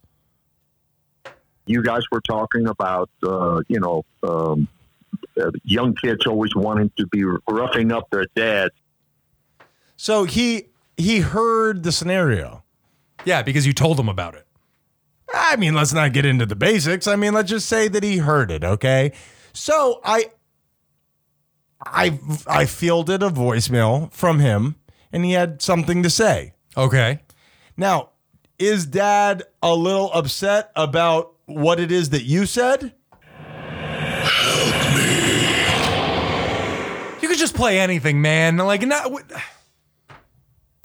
[SPEAKER 7] you guys were talking about, uh, you know, um, uh, young kids always wanting to be roughing up their dads.
[SPEAKER 2] So he he heard the scenario.
[SPEAKER 1] Yeah, because you told him about it.
[SPEAKER 2] I mean, let's not get into the basics. I mean, let's just say that he heard it, okay? So I I I fielded a voicemail from him and he had something to say.
[SPEAKER 1] Okay.
[SPEAKER 2] Now, is dad a little upset about what it is that you said?
[SPEAKER 1] You could just play anything, man. Like not. What,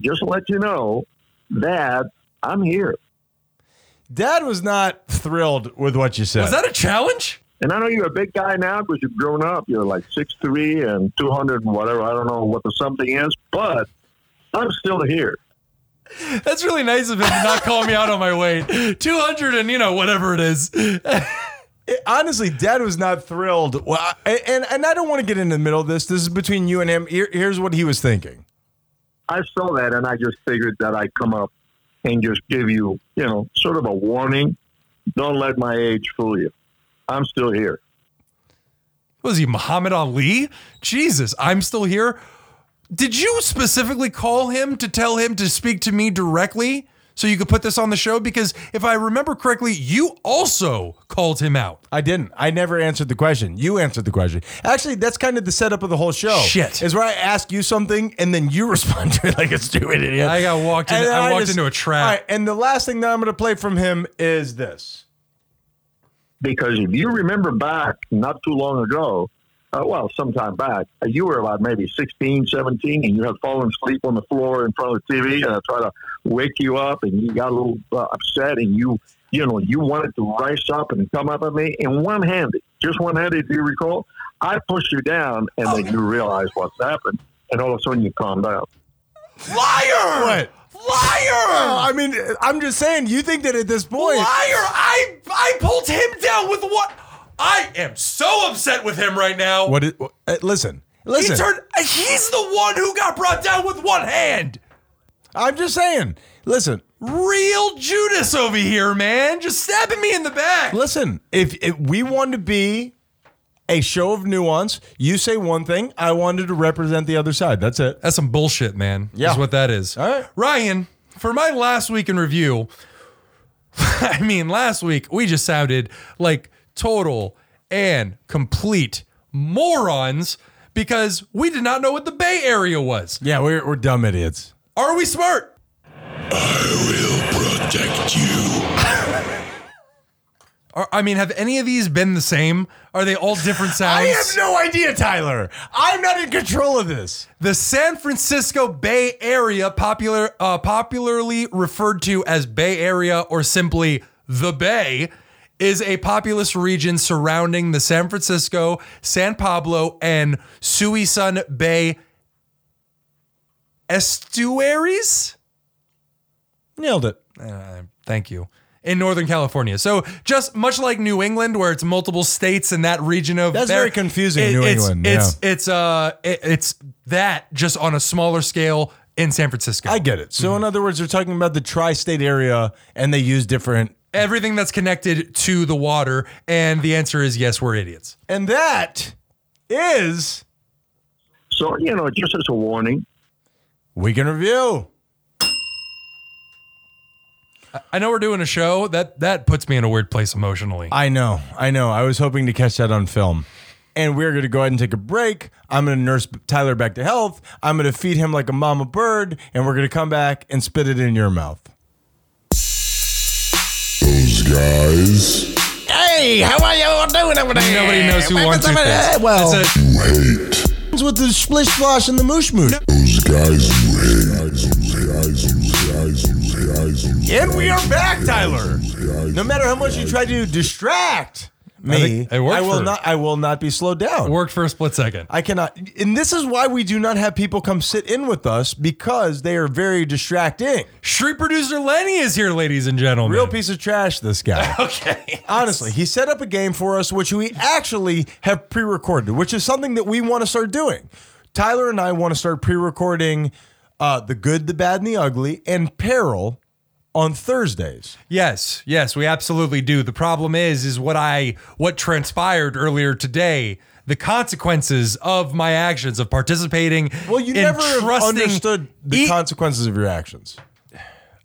[SPEAKER 7] Just to let you know, Dad, I'm here.
[SPEAKER 2] Dad was not thrilled with what you said.
[SPEAKER 1] was that a challenge?
[SPEAKER 7] And I know you're a big guy now because you've grown up. You're like 6'3 and 200 and whatever. I don't know what the something is, but I'm still here.
[SPEAKER 1] That's really nice of him to not call me out on my weight. (laughs) Two hundred and you know whatever it is. (laughs)
[SPEAKER 2] honestly, Dad was not thrilled. Well, I- and and I don't want to get in the middle of this. This is between you and him. Here- here's what he was thinking.
[SPEAKER 7] I saw that and I just figured that I'd come up and just give you, you know, sort of a warning. Don't let my age fool you. I'm still here.
[SPEAKER 1] was he Muhammad Ali? Jesus, I'm still here. Did you specifically call him to tell him to speak to me directly so you could put this on the show? Because if I remember correctly, you also called him out.
[SPEAKER 2] I didn't. I never answered the question. You answered the question. Actually, that's kind of the setup of the whole show.
[SPEAKER 1] Shit.
[SPEAKER 2] is where I ask you something and then you (laughs) respond to it like a stupid idiot.
[SPEAKER 1] I got walked in-
[SPEAKER 2] And then
[SPEAKER 1] I walked into a trap.
[SPEAKER 2] All right, and the last thing that I'm going to play from him is this.
[SPEAKER 7] because if you remember back not too long ago, uh, well, sometime back, uh, you were about maybe 16, 17, and you had fallen asleep on the floor in front of the TV, and I tried to wake you up, and you got a little uh, upset, and you, you know, you wanted to rise up and come up at me, and one-handed, just one-handed, do you recall? I pushed you down, and then you realized what's happened, and all of a sudden you calmed down.
[SPEAKER 2] Liar! What? Liar! I mean, I'm just saying. You think that at this point,
[SPEAKER 1] I I pulled him down with what? I am so upset with him right now.
[SPEAKER 2] What? Is, uh, listen, listen.
[SPEAKER 1] he's the one who got brought down with one hand.
[SPEAKER 2] I'm just saying. Listen,
[SPEAKER 1] Real Judas over here, man. Just stabbing me in the back.
[SPEAKER 2] Listen, if, if we want to be a show of nuance, you say one thing. I wanted to represent the other side. That's it.
[SPEAKER 1] That's some bullshit, man.
[SPEAKER 2] Yeah.
[SPEAKER 1] Is what that is.
[SPEAKER 2] All right.
[SPEAKER 1] Ryan, for my last week in review, (laughs) I mean, last week we just sounded like total and complete morons because we did not know what the Bay Area was.
[SPEAKER 2] Yeah, we're, we're dumb idiots.
[SPEAKER 1] Are we smart?
[SPEAKER 5] Protect you.
[SPEAKER 1] (laughs) Are, I mean, have any of these been the same? Are they all different sounds?
[SPEAKER 2] I have no idea, Tyler. I'm not in control of this.
[SPEAKER 1] The San Francisco Bay Area, popular uh, popularly referred to as Bay Area or simply the Bay, is a populous region surrounding the San Francisco, San Pablo, and Suisun Bay estuaries.
[SPEAKER 2] Nailed it.
[SPEAKER 1] Thank you. In Northern California. So just much like New England, where it's multiple states in that region of
[SPEAKER 2] That's very confusing, New
[SPEAKER 1] it's,
[SPEAKER 2] England,
[SPEAKER 1] It's it's uh it- it's that just on a smaller scale in San Francisco.
[SPEAKER 2] I get it. So, in other words, they're talking about the tri state area and they use different.
[SPEAKER 1] Everything that's connected to the water, and the answer is yes, we're idiots.
[SPEAKER 2] And that is
[SPEAKER 7] So, you know, just as a warning,
[SPEAKER 2] Week in Review.
[SPEAKER 1] I know we're doing a show that that puts me in a weird place emotionally.
[SPEAKER 2] I know, I know. I was hoping to catch that on film. And we're going to go ahead and take a break. I'm going to nurse Tyler back to health. I'm going to feed him like a mama bird, and we're going to come back and spit it in your mouth.
[SPEAKER 5] Those guys
[SPEAKER 4] Hey, how are you all doing over there?
[SPEAKER 1] Nobody knows who wants it.
[SPEAKER 2] well-
[SPEAKER 1] it's a,
[SPEAKER 5] you hate.
[SPEAKER 2] With the splish splash and the moosh moosh.
[SPEAKER 5] Those guys you hate. And we are back, Tyler. Right.
[SPEAKER 2] No matter how much you try to distract me,
[SPEAKER 1] think it worked
[SPEAKER 2] I will
[SPEAKER 1] for-
[SPEAKER 2] not. I will not be slowed down.
[SPEAKER 1] Worked for a split second.
[SPEAKER 2] I cannot. And this is why we do not have people come sit in with us because they are very distracting.
[SPEAKER 1] Street producer Lenny is here, ladies and gentlemen.
[SPEAKER 2] Real piece of trash, this guy.
[SPEAKER 1] (laughs) Okay.
[SPEAKER 2] Honestly, he set up a game for us, which we actually have pre recorded, which is something that we want to start doing. Tyler and I want to start pre recording uh, The Good, the Bad, and the Ugly and Peril on Thursdays.
[SPEAKER 1] Yes, yes, we absolutely do. The problem is, is what I what transpired earlier today. The consequences of my actions of participating.
[SPEAKER 2] Well, you
[SPEAKER 1] in
[SPEAKER 2] never have
[SPEAKER 1] trusting-
[SPEAKER 2] understood the
[SPEAKER 1] E-
[SPEAKER 2] consequences of your actions.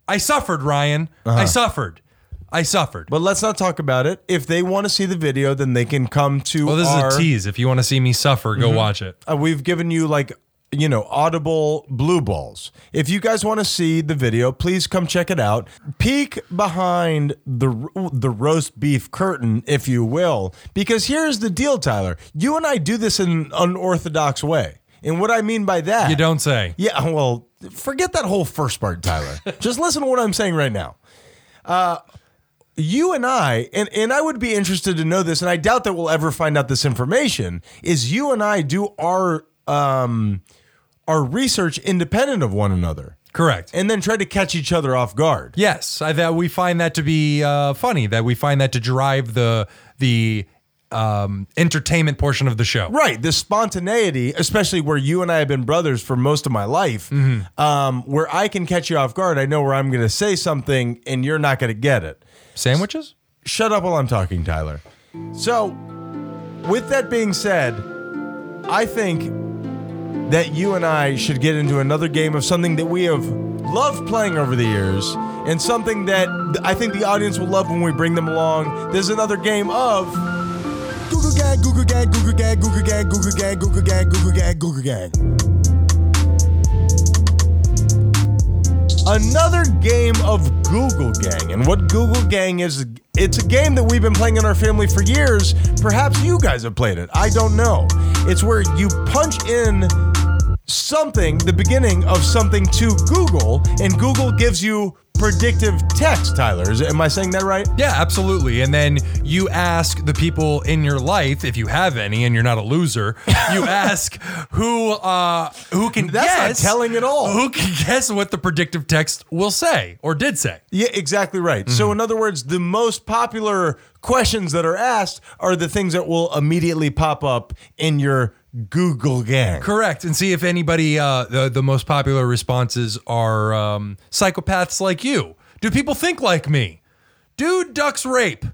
[SPEAKER 1] I suffered, Ryan. I suffered. I suffered.
[SPEAKER 2] Uh-huh. But let's not talk about it. If they want to see the video, then they can come to
[SPEAKER 1] well, Oh, this
[SPEAKER 2] our,
[SPEAKER 1] is a tease. If you want to see me suffer, go watch it.
[SPEAKER 2] uh, we've given you like you know audible blue balls if you guys want to see the video please come check it out peek behind the the roast beef curtain if you will because here's the deal tyler you and i do this in an unorthodox way and what i mean by that
[SPEAKER 1] You don't say.
[SPEAKER 2] yeah, (laughs) well, forget that whole first part, Tyler. Just listen to what I'm saying right now. Uh, you and I, and, and I would be interested to know this, and I doubt that we'll ever find out this information, is you and I do our um, our research independent of one another
[SPEAKER 1] Correct.
[SPEAKER 2] and then try to catch each other off guard.
[SPEAKER 1] Yes, I, that we find that to be uh, funny. That we find that to drive the the um, entertainment portion of the show.
[SPEAKER 2] Right. The spontaneity, especially where you and I have been brothers for most of my life, um, where I can catch you off guard. I know where I'm going to say something and you're not going to get it.
[SPEAKER 1] Sandwiches.
[SPEAKER 2] Shut up while I'm talking, Tyler. So, with that being said, I think that you and I should get into another game of something that we have loved playing over the years and something that th- I think the audience will love when we bring them along. There's another game of
[SPEAKER 3] Google gang, Google gang, Google gang, Google gang, Google gang, Google gang, Google gang, Google gang.
[SPEAKER 2] another game of Google Gang. And what Google Gang is, it's a game that we've been playing in our family for years. Perhaps you guys have played it. I don't know. It's where you punch in something, the beginning of something to Google, and Google gives you predictive text, Tyler. Is, am I saying that right?
[SPEAKER 1] Yeah, absolutely. And then you ask the people in your life, if you have any, and you're not a loser,
[SPEAKER 2] (laughs)
[SPEAKER 1] you ask who uh, who can
[SPEAKER 2] That's not
[SPEAKER 1] guess
[SPEAKER 2] telling at all.
[SPEAKER 1] Who can guess what the predictive text will say or did say?
[SPEAKER 2] Yeah, exactly right. So, in other words, the most popular questions that are asked are the things that will immediately pop up in your Google Gang.
[SPEAKER 1] Correct. And see if anybody uh, the the most popular responses are um, psychopaths like you. Do people think like me? Do ducks rape?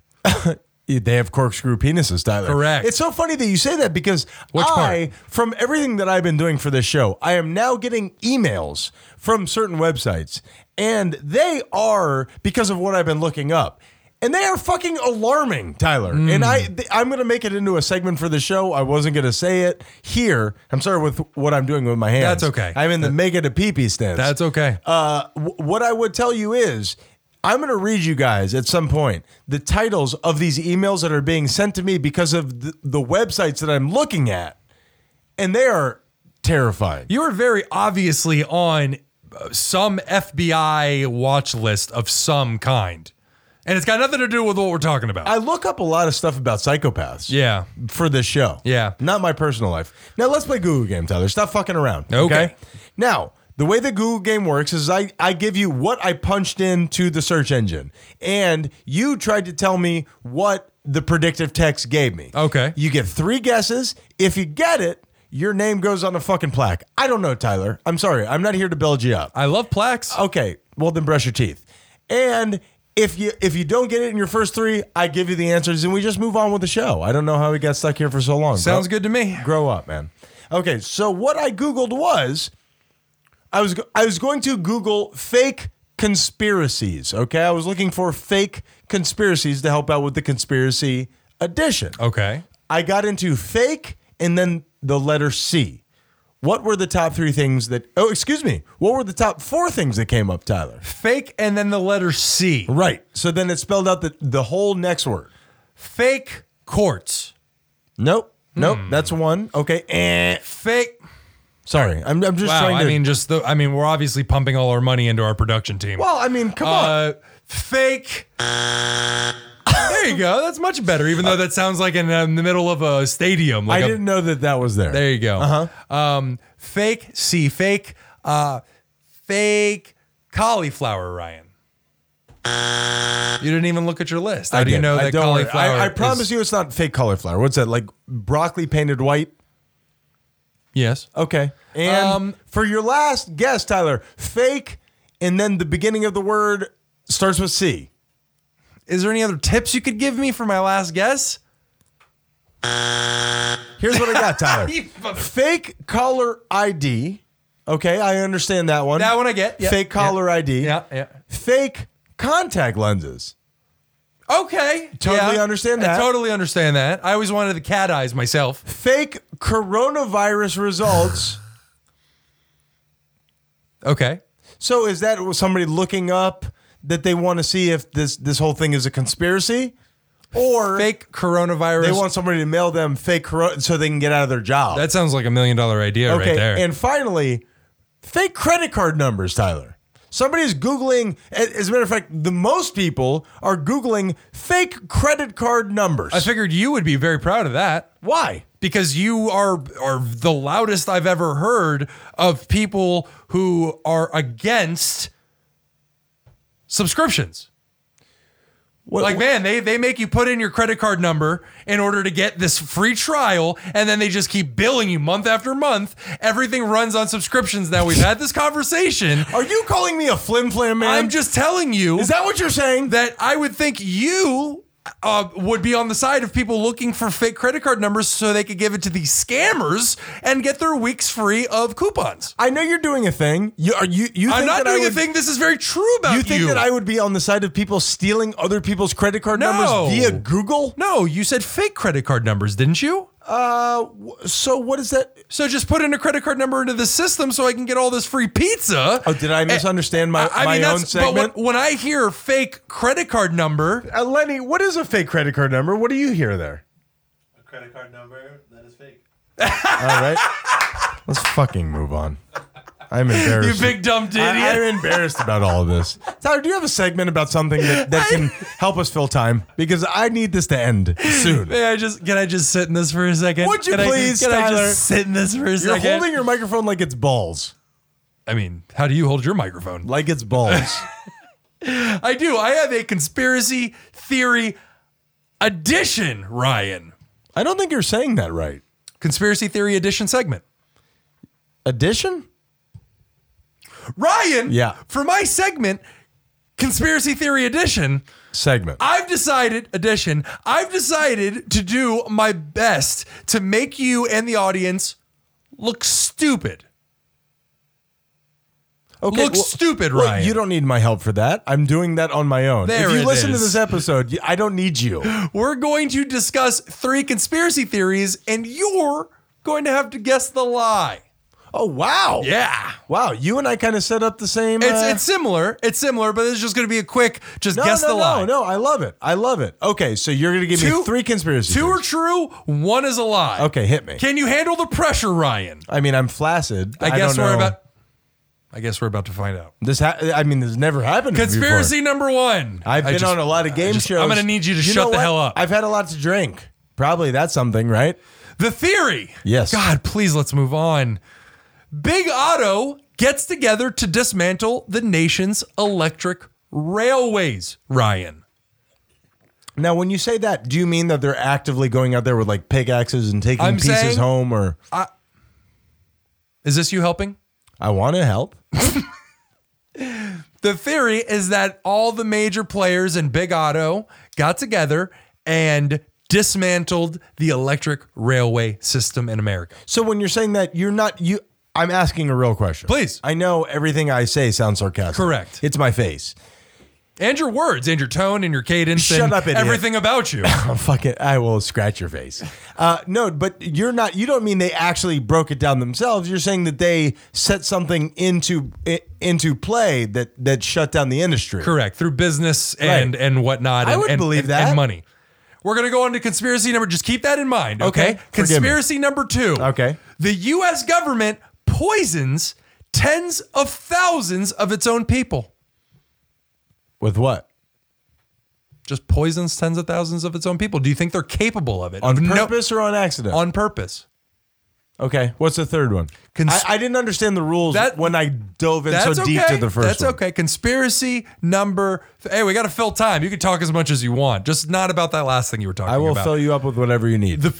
[SPEAKER 2] They have corkscrew penises, Tyler.
[SPEAKER 1] Correct.
[SPEAKER 2] It's so funny that you say that because
[SPEAKER 1] Which
[SPEAKER 2] I, from everything that I've been doing for this show, I am now getting emails from certain websites, and they are because of what I've been looking up. And they are fucking alarming, Tyler.
[SPEAKER 1] Hmm.
[SPEAKER 2] And I, th- I'm going to make it into a segment for the show. I wasn't going to say it here. I'm sorry with what I'm doing with my hands.
[SPEAKER 1] That's okay.
[SPEAKER 2] I'm in the mega to pee pee stance.
[SPEAKER 1] That's okay.
[SPEAKER 2] Uh, w- what I would tell you is, I'm going to read you guys at some point the titles of these emails that are being sent to me because of the, the websites that I'm looking at, and they are terrifying.
[SPEAKER 1] You were very obviously on uh, some FBI watch list of some kind. And it's got nothing to do with what we're talking about.
[SPEAKER 2] I look up a lot of stuff about psychopaths.
[SPEAKER 1] yeah.
[SPEAKER 2] For this show.
[SPEAKER 1] Yeah.
[SPEAKER 2] Not my personal life. Now let's play Google Game, Tyler. Stop fucking around.
[SPEAKER 1] Okay.
[SPEAKER 2] Now, the way the Google game works is I, I give you what I punched into the search engine, and you tried to tell me what the predictive text gave me.
[SPEAKER 1] Okay.
[SPEAKER 2] You get three guesses. If you get it, your name goes on a fucking plaque. I don't know, Tyler. I'm sorry. I'm not here to build you up.
[SPEAKER 1] I love plaques.
[SPEAKER 2] Okay. Well, then brush your teeth. And if you if you don't get it in your first three, I give you the answers, and we just move on with the show. I don't know how we got stuck here for so long.
[SPEAKER 1] Sounds
[SPEAKER 2] Bro-
[SPEAKER 1] good to me.
[SPEAKER 2] Grow up, man. Okay, so what I googled was I was go- I was going to Google fake conspiracies, okay? I was looking for fake conspiracies to help out with the conspiracy edition.
[SPEAKER 1] Okay.
[SPEAKER 2] I got into fake and then the letter C. What were the top 3 things that Oh, excuse me. What were the top 4 things that came up, Tyler?
[SPEAKER 1] Fake and then the letter C.
[SPEAKER 2] Right. So then it spelled out the the whole next word.
[SPEAKER 1] Fake courts. Hmm.
[SPEAKER 2] Nope. Nope, that's one. Okay. Eh.
[SPEAKER 1] Fake
[SPEAKER 2] Sorry, I'm, I'm just
[SPEAKER 1] Wow,
[SPEAKER 2] trying to.
[SPEAKER 1] I mean, just the, I mean, we're obviously pumping all our money into our production team.
[SPEAKER 2] well, I mean, come on.
[SPEAKER 1] uh, fake. there you go. That's much better, even though that sounds like in, uh, the middle of a stadium.
[SPEAKER 2] I
[SPEAKER 1] Like a-
[SPEAKER 2] didn't know that that was there.
[SPEAKER 1] there you go. Uh-huh. Um, fake C, fake, uh, fake cauliflower, Ryan. You didn't even look at your list. How do you
[SPEAKER 2] did.
[SPEAKER 1] know
[SPEAKER 2] I
[SPEAKER 1] that
[SPEAKER 2] don't worry.
[SPEAKER 1] cauliflower?
[SPEAKER 2] I, I
[SPEAKER 1] is-
[SPEAKER 2] promise you, it's not fake cauliflower. What's that? Like broccoli painted white?
[SPEAKER 1] Yes.
[SPEAKER 2] Okay. And
[SPEAKER 1] Um,
[SPEAKER 2] for your last guess, Tyler, fake, and then the beginning of the word starts with C.
[SPEAKER 1] Is there any other tips you could give me for my last guess?
[SPEAKER 2] Here's what I got, Tyler.
[SPEAKER 1] (laughs) You mother-
[SPEAKER 2] fake caller ID. Okay, I understand that one.
[SPEAKER 1] That one I get. Yeah.
[SPEAKER 2] Fake caller ID.
[SPEAKER 1] Yeah. Yeah.
[SPEAKER 2] Fake contact lenses.
[SPEAKER 1] Okay.
[SPEAKER 2] Totally
[SPEAKER 1] yeah.
[SPEAKER 2] understand
[SPEAKER 1] I
[SPEAKER 2] that.
[SPEAKER 1] totally understand that. I always wanted the cat eyes myself.
[SPEAKER 2] Fake coronavirus
[SPEAKER 1] (sighs)
[SPEAKER 2] results.
[SPEAKER 1] Okay.
[SPEAKER 2] so is that somebody looking up that they want to see if this this whole thing is a conspiracy, or
[SPEAKER 1] Fake coronavirus.
[SPEAKER 2] they want somebody to mail them fake corona so they can get out of their job?
[SPEAKER 1] that sounds like a million dollar idea
[SPEAKER 2] Okay,
[SPEAKER 1] right there.
[SPEAKER 2] and finally, fake credit card numbers, Tyler. Somebody's Googling, a- as a matter of fact, the most people are Googling fake credit card numbers.
[SPEAKER 1] I figured you would be very proud of that
[SPEAKER 2] Why?
[SPEAKER 1] because you are are the loudest I've ever heard of people who are against subscriptions.
[SPEAKER 2] What,
[SPEAKER 1] Like man, they they make you put in your credit card number in order to get this free trial, and then they just keep billing you month after month. Everything runs on subscriptions. Now we've had this conversation.
[SPEAKER 2] are you calling me a flim flam man?
[SPEAKER 1] I'm just telling you
[SPEAKER 2] Is that what you're saying?
[SPEAKER 1] that I would think you uh, would be on the side of people looking for fake credit card numbers so they could give it to these scammers and get their weeks free of coupons.
[SPEAKER 2] I know you're doing a thing. You are you? you
[SPEAKER 1] I'm
[SPEAKER 2] think
[SPEAKER 1] not
[SPEAKER 2] that I
[SPEAKER 1] doing
[SPEAKER 2] would-
[SPEAKER 1] a thing. This is very true about you.
[SPEAKER 2] You think that I would be on the side of people stealing other people's credit card
[SPEAKER 1] No.
[SPEAKER 2] numbers via Google?
[SPEAKER 1] no, you said fake credit card numbers, didn't you?
[SPEAKER 2] Uh, wh- so what is that?
[SPEAKER 1] So just put in a credit card number into the system so I can get all this free pizza.
[SPEAKER 2] Oh, did I misunderstand my, my own segment?
[SPEAKER 1] But when, when I hear fake credit card number,
[SPEAKER 2] Uh, Lenny, what is a fake credit card number? What do you hear there?
[SPEAKER 6] A credit card number that is fake.
[SPEAKER 2] (laughs) All right. Let's fucking move on.
[SPEAKER 6] (laughs)
[SPEAKER 2] I'm
[SPEAKER 1] you
[SPEAKER 2] embarrassed.
[SPEAKER 1] big dumb
[SPEAKER 2] (laughs)
[SPEAKER 1] idiot.
[SPEAKER 2] I, am embarrassed about all of this. Tyler, do you have a segment about something that, that can help us fill time? Because I need this to end soon.
[SPEAKER 1] May I just (laughs) can I just sit in this for a second?
[SPEAKER 2] Would you
[SPEAKER 1] Can I-
[SPEAKER 2] please,
[SPEAKER 1] can I
[SPEAKER 2] Tyler?
[SPEAKER 1] just sit in this for a
[SPEAKER 2] You're
[SPEAKER 1] second?
[SPEAKER 2] holding your microphone like it's balls.
[SPEAKER 1] I mean, how do you hold your microphone?
[SPEAKER 2] Like
[SPEAKER 6] (laughs)
[SPEAKER 2] it's balls.
[SPEAKER 1] I do. I have a conspiracy theory edition, Ryan.
[SPEAKER 2] I don't think you're saying that right.
[SPEAKER 1] Conspiracy theory edition segment.
[SPEAKER 2] Addition?
[SPEAKER 1] Ryan,
[SPEAKER 2] Yeah.
[SPEAKER 1] for my segment, conspiracy theory edition,
[SPEAKER 2] Segment.
[SPEAKER 1] I've decided, edition, I've decided to do my best to make you and the audience look stupid.
[SPEAKER 2] Okay,
[SPEAKER 1] look
[SPEAKER 2] well-
[SPEAKER 1] stupid,
[SPEAKER 2] well,
[SPEAKER 1] Ryan.
[SPEAKER 2] you don't need my help for that. I'm doing that on my own.
[SPEAKER 1] There
[SPEAKER 2] if you
[SPEAKER 1] it
[SPEAKER 2] listen
[SPEAKER 1] is.
[SPEAKER 2] to this episode, y- I don't need
[SPEAKER 1] (gasps)
[SPEAKER 2] you.
[SPEAKER 1] we're going to discuss three conspiracy theories, and you're going to have to guess the lie.
[SPEAKER 2] Oh wow.
[SPEAKER 1] Yeah.
[SPEAKER 2] Wow, you and I kind of set up the same.
[SPEAKER 1] It's,
[SPEAKER 2] uh,
[SPEAKER 1] it's similar. It's similar, but it's just going to be a quick, just guess
[SPEAKER 2] no,
[SPEAKER 1] the
[SPEAKER 2] no,
[SPEAKER 1] lie.
[SPEAKER 2] No, no, I love it. I love it. Okay, so you're gonna give
[SPEAKER 1] Two-
[SPEAKER 2] me three conspiracy.
[SPEAKER 1] Two are
[SPEAKER 2] theories.
[SPEAKER 1] true, one is a lie.
[SPEAKER 2] okay, hit me.
[SPEAKER 1] Can you handle the pressure, Ryan?
[SPEAKER 2] I mean, I'm flaccid.
[SPEAKER 1] I, guess
[SPEAKER 2] don't
[SPEAKER 1] we're
[SPEAKER 2] know.
[SPEAKER 1] about. I guess we're about to find out.
[SPEAKER 2] this. Ha- I mean, this never happened. to me before.
[SPEAKER 1] Conspiracy number one.
[SPEAKER 2] I've
[SPEAKER 1] I
[SPEAKER 2] been
[SPEAKER 1] just-
[SPEAKER 2] on a lot of
[SPEAKER 1] I
[SPEAKER 2] game
[SPEAKER 1] just-
[SPEAKER 2] shows.
[SPEAKER 1] I'm going to need you to shut
[SPEAKER 2] know
[SPEAKER 1] the
[SPEAKER 2] what?
[SPEAKER 1] hell up.
[SPEAKER 2] I've had a lot to drink. Probably that's something, right?
[SPEAKER 1] The theory.
[SPEAKER 2] Yes.
[SPEAKER 1] God, please let's move on. Big Otto gets together to dismantle the nation's electric railways, Ryan.
[SPEAKER 2] Now, when you say that, do you mean that they're actively going out there with like pickaxes and taking
[SPEAKER 1] I'm
[SPEAKER 2] pieces
[SPEAKER 1] saying-
[SPEAKER 2] home, or
[SPEAKER 1] Is this you helping?
[SPEAKER 2] I want to help?
[SPEAKER 1] The theory is that all the major players in Big Otto got together and dismantled the electric railway system in America.
[SPEAKER 2] So when you're saying that, you're not you. I'm asking a real question.
[SPEAKER 1] Please.
[SPEAKER 2] I know everything I say sounds sarcastic.
[SPEAKER 1] Correct.
[SPEAKER 2] It's my face.
[SPEAKER 1] And your words, and your tone, and your cadence,
[SPEAKER 2] Shut
[SPEAKER 1] and
[SPEAKER 2] up, idiot.
[SPEAKER 1] everything
[SPEAKER 2] (laughs)
[SPEAKER 1] about you.
[SPEAKER 2] I'm fucking. Oh, I will scratch your face. Uh, no, but you're not. You don't mean they actually broke it down themselves. You're saying that they set something into i- into play that that shut down the industry.
[SPEAKER 1] Correct. Through business and
[SPEAKER 2] Right.
[SPEAKER 1] and whatnot.
[SPEAKER 2] I
[SPEAKER 1] And,
[SPEAKER 2] would
[SPEAKER 1] and-
[SPEAKER 2] believe
[SPEAKER 1] and-
[SPEAKER 2] that.
[SPEAKER 1] And money. We're gonna go on to conspiracy number. Just keep that in mind. Okay.
[SPEAKER 2] Okay. Forgive me.
[SPEAKER 1] Conspiracy number two.
[SPEAKER 2] Okay.
[SPEAKER 1] The U.S. government poisons tens of thousands of its own people.
[SPEAKER 2] With what?
[SPEAKER 1] Just poisons tens of thousands of its own people. Do you think they're capable of it?
[SPEAKER 2] On
[SPEAKER 1] No-
[SPEAKER 2] purpose or on accident?
[SPEAKER 1] on purpose.
[SPEAKER 2] okay. What's the third one?
[SPEAKER 1] Cons-
[SPEAKER 2] I, I didn't understand the rules
[SPEAKER 1] That-
[SPEAKER 2] when I dove in so
[SPEAKER 1] That's
[SPEAKER 2] deep
[SPEAKER 1] okay.
[SPEAKER 2] to the first
[SPEAKER 1] That's
[SPEAKER 2] one.
[SPEAKER 1] okay. Conspiracy number. Hey, we got to fill time. You can talk as much as you want, just not about that last thing you were talking
[SPEAKER 2] I will
[SPEAKER 1] about.
[SPEAKER 2] fill you up with whatever you (laughs) need.
[SPEAKER 1] The-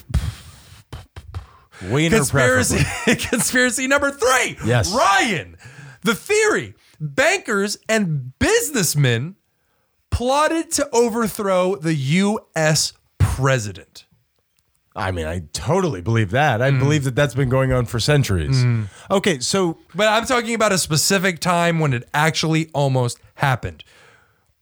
[SPEAKER 2] Wiener
[SPEAKER 1] conspiracy
[SPEAKER 2] preferably.
[SPEAKER 1] (laughs) conspiracy number three
[SPEAKER 2] Yes.
[SPEAKER 1] ryan the theory bankers and businessmen plotted to overthrow the u.s president
[SPEAKER 2] I mean, I totally believe that. I believe that that's been going on for centuries. Okay, so
[SPEAKER 1] but i'm talking about a specific time when it actually almost happened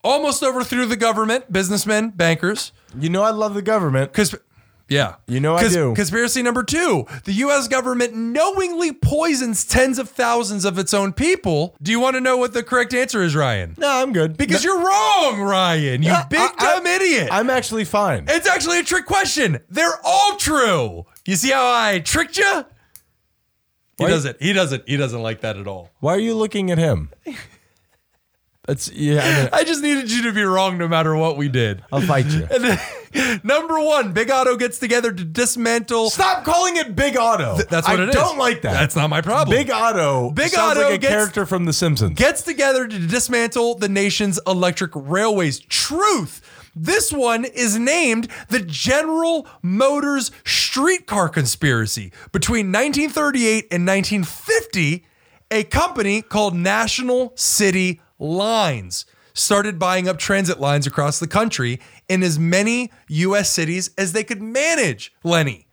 [SPEAKER 1] almost overthrew the government businessmen bankers
[SPEAKER 2] you know I love the government.
[SPEAKER 1] Consp- yeah.
[SPEAKER 2] You know I do.
[SPEAKER 1] Conspiracy number two. The U.S. government knowingly poisons tens of thousands of its own people. Do you want to know what the correct answer is, Ryan?
[SPEAKER 2] No, I'm good.
[SPEAKER 1] Because you're wrong, Ryan. You
[SPEAKER 2] Yeah,
[SPEAKER 1] big
[SPEAKER 2] I- I-
[SPEAKER 1] dumb idiot.
[SPEAKER 2] I'm actually fine.
[SPEAKER 1] it's actually a trick question. They're all true. You see how I tricked you? He
[SPEAKER 2] Why-
[SPEAKER 1] doesn't. He doesn't. He doesn't like that at all.
[SPEAKER 2] Why are you looking at him? That's yeah. I mean,
[SPEAKER 1] I just needed you to be wrong no matter what we did.
[SPEAKER 2] I'll fight you.
[SPEAKER 1] (laughs) Number one, Big Otto gets together to
[SPEAKER 2] (laughs)
[SPEAKER 1] dismantle.
[SPEAKER 2] Stop calling it Big Auto.
[SPEAKER 1] That's what
[SPEAKER 2] I
[SPEAKER 1] it is.
[SPEAKER 2] don't like that.
[SPEAKER 1] That's not my problem.
[SPEAKER 2] Big Auto.
[SPEAKER 1] Big
[SPEAKER 2] sounds
[SPEAKER 1] Otto
[SPEAKER 2] like a
[SPEAKER 1] gets-
[SPEAKER 2] character from The Simpsons.
[SPEAKER 1] gets together to dismantle the nation's electric railways. Truth. This one is named the General Motors Streetcar Conspiracy. Between 1938 and 1950, a company called National City Lines started buying up transit lines across the country in as many U.S. cities as they could manage, Lenny.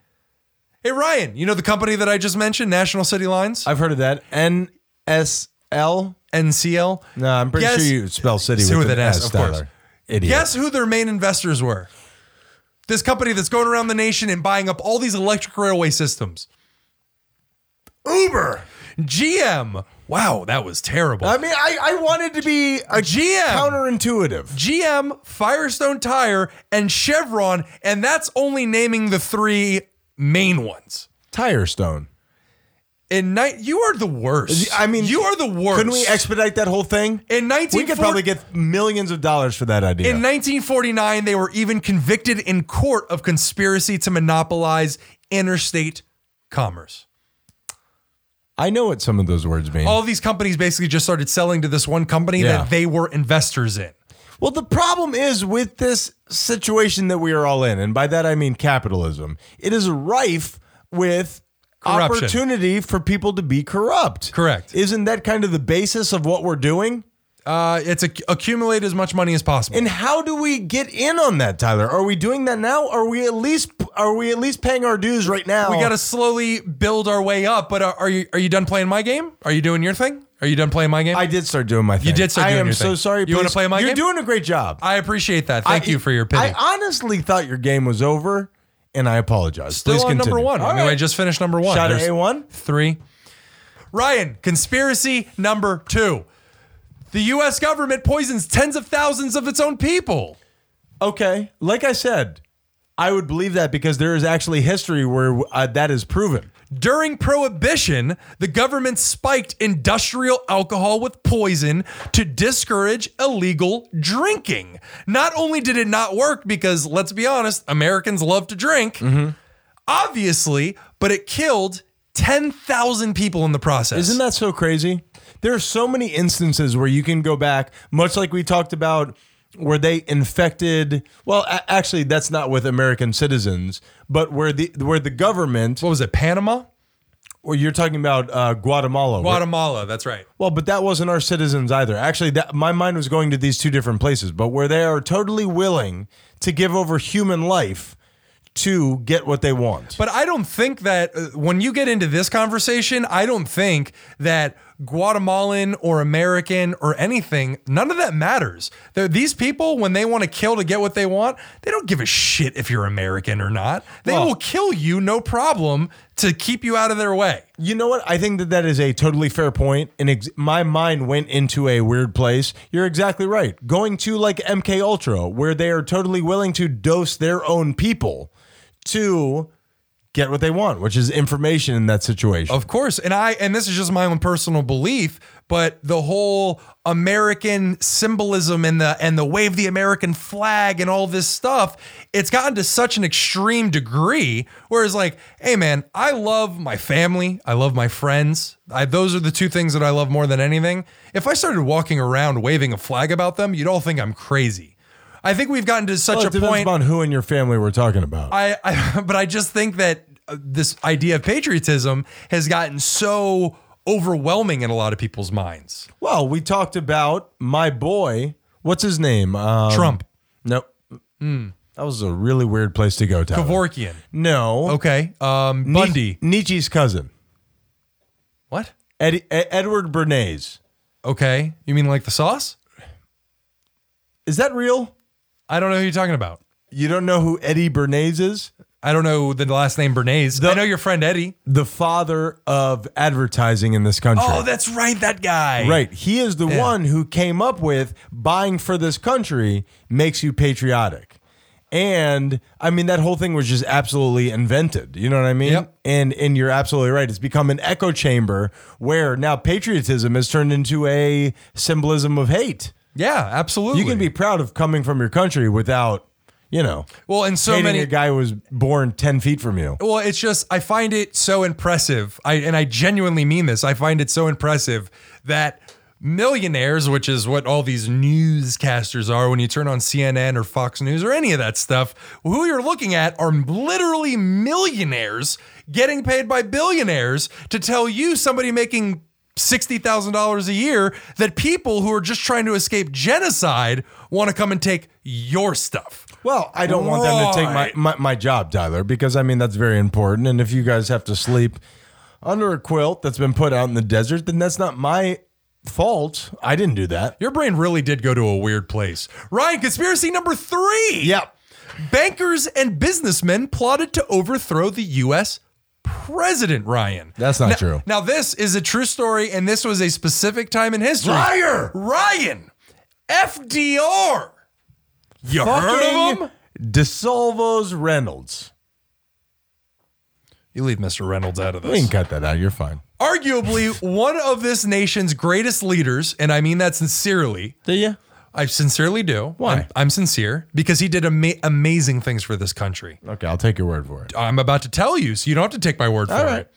[SPEAKER 1] Hey, Ryan, you know the company that I just mentioned, National City Lines?
[SPEAKER 2] I've heard of that. N S L.
[SPEAKER 1] NCL?
[SPEAKER 2] No, I'm pretty
[SPEAKER 1] Yes.
[SPEAKER 2] sure you spell city
[SPEAKER 1] City
[SPEAKER 2] with,
[SPEAKER 1] with
[SPEAKER 2] an
[SPEAKER 1] an S,
[SPEAKER 2] S.
[SPEAKER 1] of course.
[SPEAKER 2] Tyler. Idiot.
[SPEAKER 1] Guess who their main investors were? This company that's going around the nation and buying up all these electric railway systems. Uber, GM. Wow, that was terrible.
[SPEAKER 2] I mean, I, I wanted to be a
[SPEAKER 1] GM.
[SPEAKER 2] counterintuitive.
[SPEAKER 1] GM, Firestone Tire, and Chevron, and that's only naming the three main ones.
[SPEAKER 2] Tire stone.
[SPEAKER 1] In night, you are the worst.
[SPEAKER 2] I mean,
[SPEAKER 1] you are the worst.
[SPEAKER 2] Couldn't we expedite that whole thing?
[SPEAKER 1] in 1940-
[SPEAKER 2] we could probably get millions of dollars for that idea.
[SPEAKER 1] In 1949, they were even convicted in court of conspiracy to monopolize interstate commerce.
[SPEAKER 2] I know what some of those words mean.
[SPEAKER 1] All these companies basically just started selling to this one company
[SPEAKER 2] Yeah.
[SPEAKER 1] that they were investors in.
[SPEAKER 2] Well, the problem is with this situation that we are all in, and by that I mean capitalism, it is rife with
[SPEAKER 1] Corruption.
[SPEAKER 2] opportunity for people to be corrupt.
[SPEAKER 1] Correct.
[SPEAKER 2] Isn't that kind of the basis of what we're doing?
[SPEAKER 1] Uh, it's ac- accumulate as much money as possible.
[SPEAKER 2] And how do we get in on that, Tyler? Are we doing that now? Are we at least are we at least paying our dues right now?
[SPEAKER 1] we got to slowly build our way up. But are, are you are you done playing my game? Are you doing your thing? Are you done playing my game?
[SPEAKER 2] I did start doing my thing.
[SPEAKER 1] You did start
[SPEAKER 2] I
[SPEAKER 1] doing
[SPEAKER 2] am
[SPEAKER 1] your
[SPEAKER 2] so
[SPEAKER 1] thing.
[SPEAKER 2] sorry.
[SPEAKER 1] You wanna
[SPEAKER 2] please.
[SPEAKER 1] play my
[SPEAKER 2] You're
[SPEAKER 1] game?
[SPEAKER 2] doing a great job.
[SPEAKER 1] I appreciate that. Thank
[SPEAKER 2] I-
[SPEAKER 1] you for your pity.
[SPEAKER 2] I honestly thought your game was over, and I apologize.
[SPEAKER 1] Still
[SPEAKER 2] please
[SPEAKER 1] on
[SPEAKER 2] continue.
[SPEAKER 1] number one.
[SPEAKER 2] All
[SPEAKER 1] I mean,
[SPEAKER 2] right.
[SPEAKER 1] I just finished number one.
[SPEAKER 2] Shot at
[SPEAKER 1] There's-
[SPEAKER 2] a one.
[SPEAKER 1] three. Ryan, conspiracy number two. The US government poisons tens of thousands of its own people.
[SPEAKER 2] Okay. Like I said, I would believe that because there is actually history where uh, that is proven.
[SPEAKER 1] During Prohibition, the government spiked industrial alcohol with poison to discourage illegal drinking. Not only did it not work, because let's be honest, Americans love to drink,
[SPEAKER 2] Mm-hmm.
[SPEAKER 1] obviously, but it killed 10,000 people in the process.
[SPEAKER 2] Isn't that so crazy? There are so many instances where you can go back, much like we talked about, where they infected. Well, a- actually, that's not with American citizens, but where the where the government.
[SPEAKER 1] what was it, Panama?
[SPEAKER 2] Or you're talking about uh, Guatemala. where-
[SPEAKER 1] Guatemala, that's right.
[SPEAKER 2] Well, but that wasn't our citizens either. Actually, that, my mind was going to these two different places, but where they are totally willing to give over human life to get what they want.
[SPEAKER 1] But I don't think that uh, when you get into this conversation, I don't think that Guatemalan or American or anything, none of that matters. They're- these people, when they want to kill to get what they want, they don't give a shit if you're American or not. They
[SPEAKER 2] Well-
[SPEAKER 1] will kill you, no problem, to keep you out of their way.
[SPEAKER 2] You know what? I think that that is a totally fair point, and ex- my mind went into a weird place. You're exactly right. Going to like MK Ultra, where they are totally willing to dose their own people to get what they want, which is information in that situation.
[SPEAKER 1] Of course. And I and this is just my own personal belief, but the whole American symbolism and the and the wave the American flag and all this stuff, it's gotten to such an extreme degree whereas like, hey man, I love my family, I love my friends. I, those are the two things that I love more than anything. If I started walking around waving a flag about them, you'd all think I'm crazy. I think we've gotten to such
[SPEAKER 2] Well, it
[SPEAKER 1] a
[SPEAKER 2] depends
[SPEAKER 1] point
[SPEAKER 2] upon who in your family we're talking about.
[SPEAKER 1] I, I (laughs) but I just think that uh, this idea of patriotism has gotten so overwhelming in a lot of people's minds.
[SPEAKER 2] well, we talked about my boy. What's his name? Um,
[SPEAKER 1] Trump, Hmm.
[SPEAKER 2] Nope. That was a really weird place to go, Tyler.
[SPEAKER 1] Kevorkian,
[SPEAKER 2] no.
[SPEAKER 1] okay, um,
[SPEAKER 2] Ni-
[SPEAKER 1] Bundy.
[SPEAKER 2] Nietzsche's cousin.
[SPEAKER 1] What?
[SPEAKER 2] Ed- E- Edward Bernays.
[SPEAKER 1] Okay, you mean like the sauce?
[SPEAKER 2] Is that real?
[SPEAKER 1] I don't know who you're talking about.
[SPEAKER 2] You don't know who Eddie Bernays is?
[SPEAKER 1] I don't know the last name Bernays. I know your friend Eddie.
[SPEAKER 2] The father of advertising in this country.
[SPEAKER 1] Oh, that's right, that guy.
[SPEAKER 2] Right. He is the
[SPEAKER 1] Yeah.
[SPEAKER 2] one who came up with buying for this country makes you patriotic. And I mean, that whole thing was just absolutely invented. You know what I mean?
[SPEAKER 1] Yep.
[SPEAKER 2] And and you're absolutely right. It's become an echo chamber where now patriotism has turned into a symbolism of hate.
[SPEAKER 1] Yeah, absolutely.
[SPEAKER 2] You can be proud of coming from your country without, you know,
[SPEAKER 1] well, and so
[SPEAKER 2] hating
[SPEAKER 1] many
[SPEAKER 2] a guy who was born ten feet from you.
[SPEAKER 1] Well, it's just I find it so impressive. I and I genuinely mean this. I find it so impressive that millionaires, which is what all these newscasters are when you turn on CNN or Fox News or any of that stuff, who you're looking at are literally millionaires getting paid by billionaires to tell you somebody making $60,000 a year that people who are just trying to escape genocide want to come and take your stuff.
[SPEAKER 2] Well, I don't want them to take my,
[SPEAKER 1] Right.
[SPEAKER 2] my, my job, Tyler, because I mean, that's very important. And if you guys have to sleep under a quilt that's been put out in the desert, then that's not my fault. I didn't do that.
[SPEAKER 1] Your brain really did go to a weird place. Ryan, conspiracy number three. Bankers and businessmen plotted to overthrow the U.S. president, Ryan.
[SPEAKER 2] That's not
[SPEAKER 1] Now-
[SPEAKER 2] true.
[SPEAKER 1] Now, this is a true story, and this was a specific time in history.
[SPEAKER 2] Liar!
[SPEAKER 1] Ryan! FDR! You heard of
[SPEAKER 2] Fucking
[SPEAKER 1] him?
[SPEAKER 2] DeSalvo's Reynolds.
[SPEAKER 1] You leave Mr. Reynolds out of this.
[SPEAKER 2] We can cut that out. You're fine.
[SPEAKER 1] Arguably
[SPEAKER 2] (laughs)
[SPEAKER 1] one of this nation's greatest leaders, and I mean that sincerely,
[SPEAKER 2] Do you?
[SPEAKER 1] I sincerely do.
[SPEAKER 2] Why?
[SPEAKER 1] I'm, I'm sincere because he did ama- amazing things for this country.
[SPEAKER 2] Okay, I'll take your word for it.
[SPEAKER 1] I'm about to tell you, so you don't have to take my word for
[SPEAKER 2] All right.
[SPEAKER 1] it.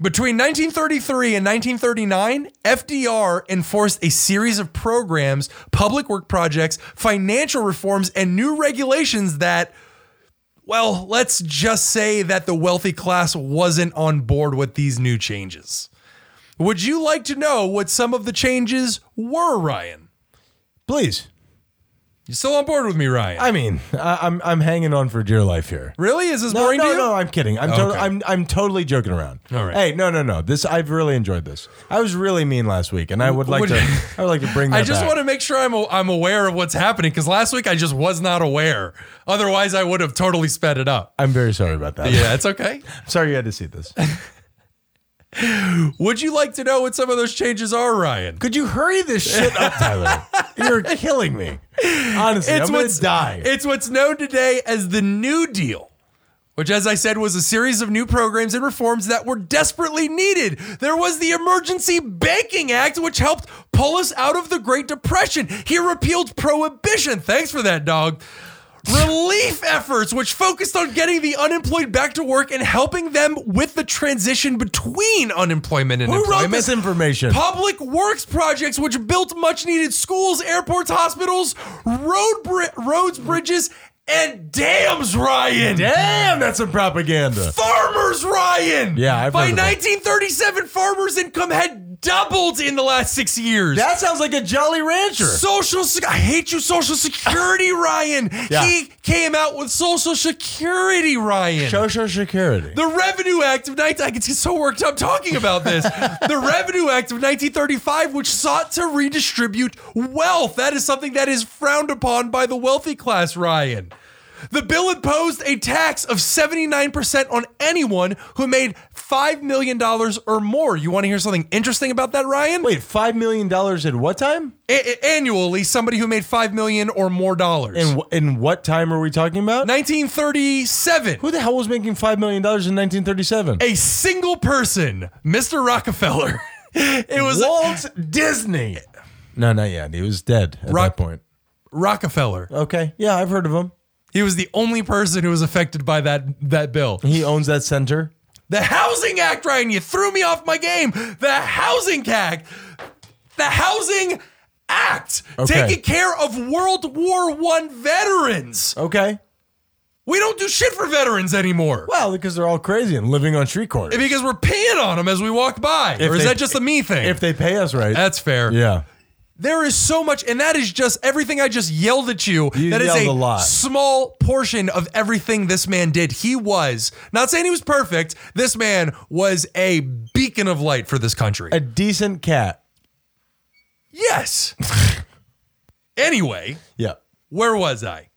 [SPEAKER 1] Between 1933 and 1939, FDR enforced a series of programs, public work projects, financial reforms, and new regulations that, well, let's just say that the wealthy class wasn't on board with these new changes. Would you like to know what some of the changes were, Ryan?
[SPEAKER 2] Please.
[SPEAKER 1] You still on board with me, Ryan?
[SPEAKER 2] I mean, I, I'm I'm hanging on for dear life here.
[SPEAKER 1] really? Is this
[SPEAKER 2] No,
[SPEAKER 1] boring
[SPEAKER 2] Oh, no,
[SPEAKER 1] to you?
[SPEAKER 2] no, I'm kidding. I'm, tot-
[SPEAKER 1] Okay.
[SPEAKER 2] I'm I'm totally joking around.
[SPEAKER 1] All right.
[SPEAKER 2] Hey, no, no, no. This I've really enjoyed this. I was really mean last week, and I would like
[SPEAKER 1] Would-
[SPEAKER 2] to. (laughs) I would like to bring. That
[SPEAKER 1] I just
[SPEAKER 2] back.
[SPEAKER 1] want to make sure I'm I'm aware of what's happening because last week I just was not aware. Otherwise, I would have totally sped it up.
[SPEAKER 2] I'm very sorry about that.
[SPEAKER 1] Yeah, it's okay.
[SPEAKER 2] sorry you had to see this.
[SPEAKER 1] Would you like to know what some of those changes are, Ryan?
[SPEAKER 2] (laughs) Could you hurry this shit up, Tyler? (laughs) You're killing me. Honestly, I'm gonna die.
[SPEAKER 1] It's what's known today as the New Deal. Which, as I said, was a series of new programs and reforms that were desperately needed. There was the Emergency Banking Act, which helped pull us out of the Great Depression. He repealed prohibition. Thanks for that, dog. Relief efforts, which focused on getting the unemployed back to work and helping them with the transition between unemployment and
[SPEAKER 2] Who
[SPEAKER 1] employment.
[SPEAKER 2] wrote this information?
[SPEAKER 1] Public works projects which built much needed schools, airports, hospitals, road bri- roads, bridges, and dams, Ryan.
[SPEAKER 2] Damn, that's some propaganda.
[SPEAKER 1] Farmers, Ryan.
[SPEAKER 2] Yeah, I've
[SPEAKER 1] By
[SPEAKER 2] heard of that.
[SPEAKER 1] 1937, farmers' income had doubled in the last six years.
[SPEAKER 2] That sounds like a Jolly Rancher.
[SPEAKER 1] Social, Sec- I hate you, Social Security, Ryan.
[SPEAKER 2] (laughs) Yeah.
[SPEAKER 1] He came out with Social Security, Ryan.
[SPEAKER 2] Social Security.
[SPEAKER 1] The Revenue Act of 19 I get so worked up talking about
[SPEAKER 2] (laughs)
[SPEAKER 1] this. the Revenue Act of 1935 which sought to redistribute wealth. That is something that is frowned upon by the wealthy class, Ryan. The bill imposed a tax of 79% on anyone who made $5 million or more. You want to hear something interesting about that, Ryan?
[SPEAKER 2] Wait, $5 million at what time?
[SPEAKER 1] A- a- annually, somebody who made $5 million or more dollars.
[SPEAKER 2] And wh- in what time are we talking about?
[SPEAKER 1] 1937.
[SPEAKER 2] Who the hell was making $5 million in 1937?
[SPEAKER 1] a single person, Mr. Rockefeller. It was
[SPEAKER 2] Walt Disney. No, not yet. He was dead at
[SPEAKER 1] Rock-
[SPEAKER 2] that point.
[SPEAKER 1] Rockefeller.
[SPEAKER 2] Okay. Yeah, I've heard of him.
[SPEAKER 1] He was the only person who was affected by that that bill.
[SPEAKER 2] He owns that center.
[SPEAKER 1] The Housing Act, Ryan, you threw me off my game. The Housing Act. The Housing Act
[SPEAKER 2] Okay.
[SPEAKER 1] taking care of World War One veterans.
[SPEAKER 2] Okay.
[SPEAKER 1] We don't do shit for veterans anymore.
[SPEAKER 2] Well, because they're all crazy and living on street corners.
[SPEAKER 1] Because we're peeing on them as we walk by.
[SPEAKER 2] If
[SPEAKER 1] or is
[SPEAKER 2] they-
[SPEAKER 1] that just a me thing?
[SPEAKER 2] If they pay us right.
[SPEAKER 1] That's fair.
[SPEAKER 2] yeah.
[SPEAKER 1] There is so much, and that is just everything I just yelled at you.
[SPEAKER 2] You
[SPEAKER 1] that is
[SPEAKER 2] yelled a
[SPEAKER 1] a,
[SPEAKER 2] lot.
[SPEAKER 1] small portion of everything this man did. He was not saying he was perfect. This man was a beacon of light for this country.
[SPEAKER 2] A decent cat. (laughs)
[SPEAKER 1] yes. anyway,
[SPEAKER 2] Yeah.
[SPEAKER 1] where was I?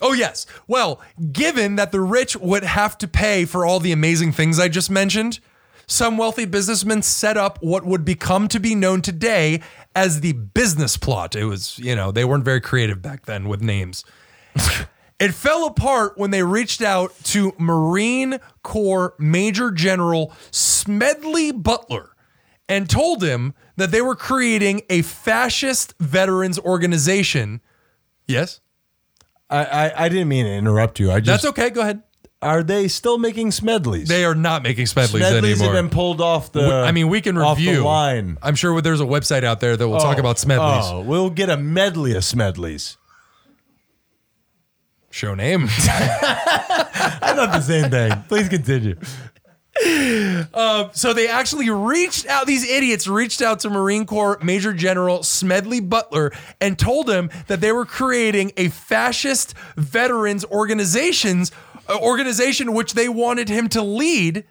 [SPEAKER 1] Oh, yes. Well, given that the rich would have to pay for all the amazing things I just mentioned, some wealthy businessmen set up what would become to be known today as the business plot. It was, you know, they weren't very creative back then with names. it fell apart when they reached out to Marine Corps Major General Smedley Butler and told him that they were creating a fascist veterans organization. Yes?
[SPEAKER 2] I, I, I didn't mean to interrupt you. I just
[SPEAKER 1] That's okay. Go ahead.
[SPEAKER 2] are they still making Smedleys?
[SPEAKER 1] They are not making Smedleys,
[SPEAKER 2] Smedleys have
[SPEAKER 1] anymore.
[SPEAKER 2] been pulled off the.
[SPEAKER 1] I mean, we can
[SPEAKER 2] off the
[SPEAKER 1] review.
[SPEAKER 2] line.
[SPEAKER 1] I'm sure there's a website out there that will talk about Smedleys.
[SPEAKER 2] Oh, we'll get a medley of Smedleys.
[SPEAKER 1] Show name. (laughs)
[SPEAKER 2] I thought the same thing. (laughs) Please continue.
[SPEAKER 1] so they actually reached out. These idiots reached out to Marine Corps Major General Smedley Butler and told him that they were creating a fascist veterans organizations uh, organization which they wanted him to lead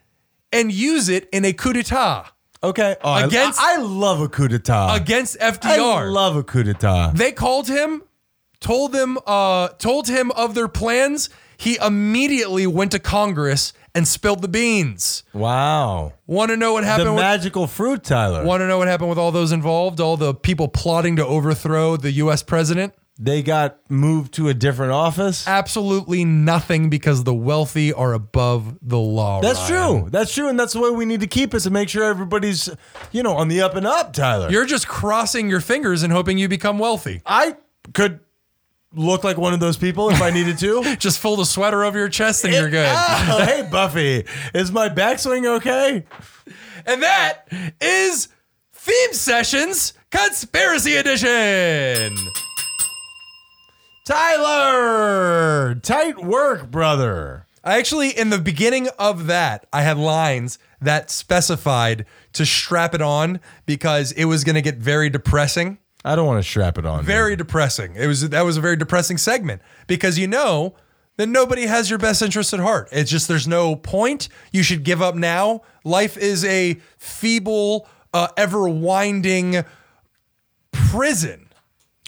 [SPEAKER 1] and use it in a coup d'état
[SPEAKER 2] Okay. Oh, I-
[SPEAKER 1] Against-
[SPEAKER 2] I, I love a coup d'état.
[SPEAKER 1] against
[SPEAKER 2] I
[SPEAKER 1] FDR.
[SPEAKER 2] love a coup d'état.
[SPEAKER 1] They called him, told them, uh, told him of their plans. He immediately went to Congress and spilled the beans.
[SPEAKER 2] Wow.
[SPEAKER 1] Want to know what
[SPEAKER 2] The
[SPEAKER 1] happened? With,
[SPEAKER 2] magical fruit, Tyler.
[SPEAKER 1] want to know what happened with all those involved? All the people plotting to overthrow the U.S. president?
[SPEAKER 2] They got moved to a different office.
[SPEAKER 1] Absolutely nothing, because the wealthy are above the law.
[SPEAKER 2] That's
[SPEAKER 1] Ryan.
[SPEAKER 2] true. That's true. And that's the way we need to keep it to make sure everybody's, you know, on the up and up, Tyler.
[SPEAKER 1] You're just crossing your fingers and hoping you become wealthy.
[SPEAKER 2] I could look like one of those people if I needed to.
[SPEAKER 1] Just fold a sweater over your chest and (laughs) you're good.
[SPEAKER 2] Ah, hey, Buffy, is my backswing okay?
[SPEAKER 1] And that is Theme Sessions Conspiracy Edition.
[SPEAKER 2] Tyler, tight work, brother.
[SPEAKER 1] I actually, in the beginning of that, I had lines that specified to strap it on because it was going to get very depressing.
[SPEAKER 2] I don't want to strap it on.
[SPEAKER 1] Very depressing. It was that was a very depressing segment because you know that nobody has your best interest at heart. It's just there's no point. You should give up now. Life is a feeble, uh, ever winding prison.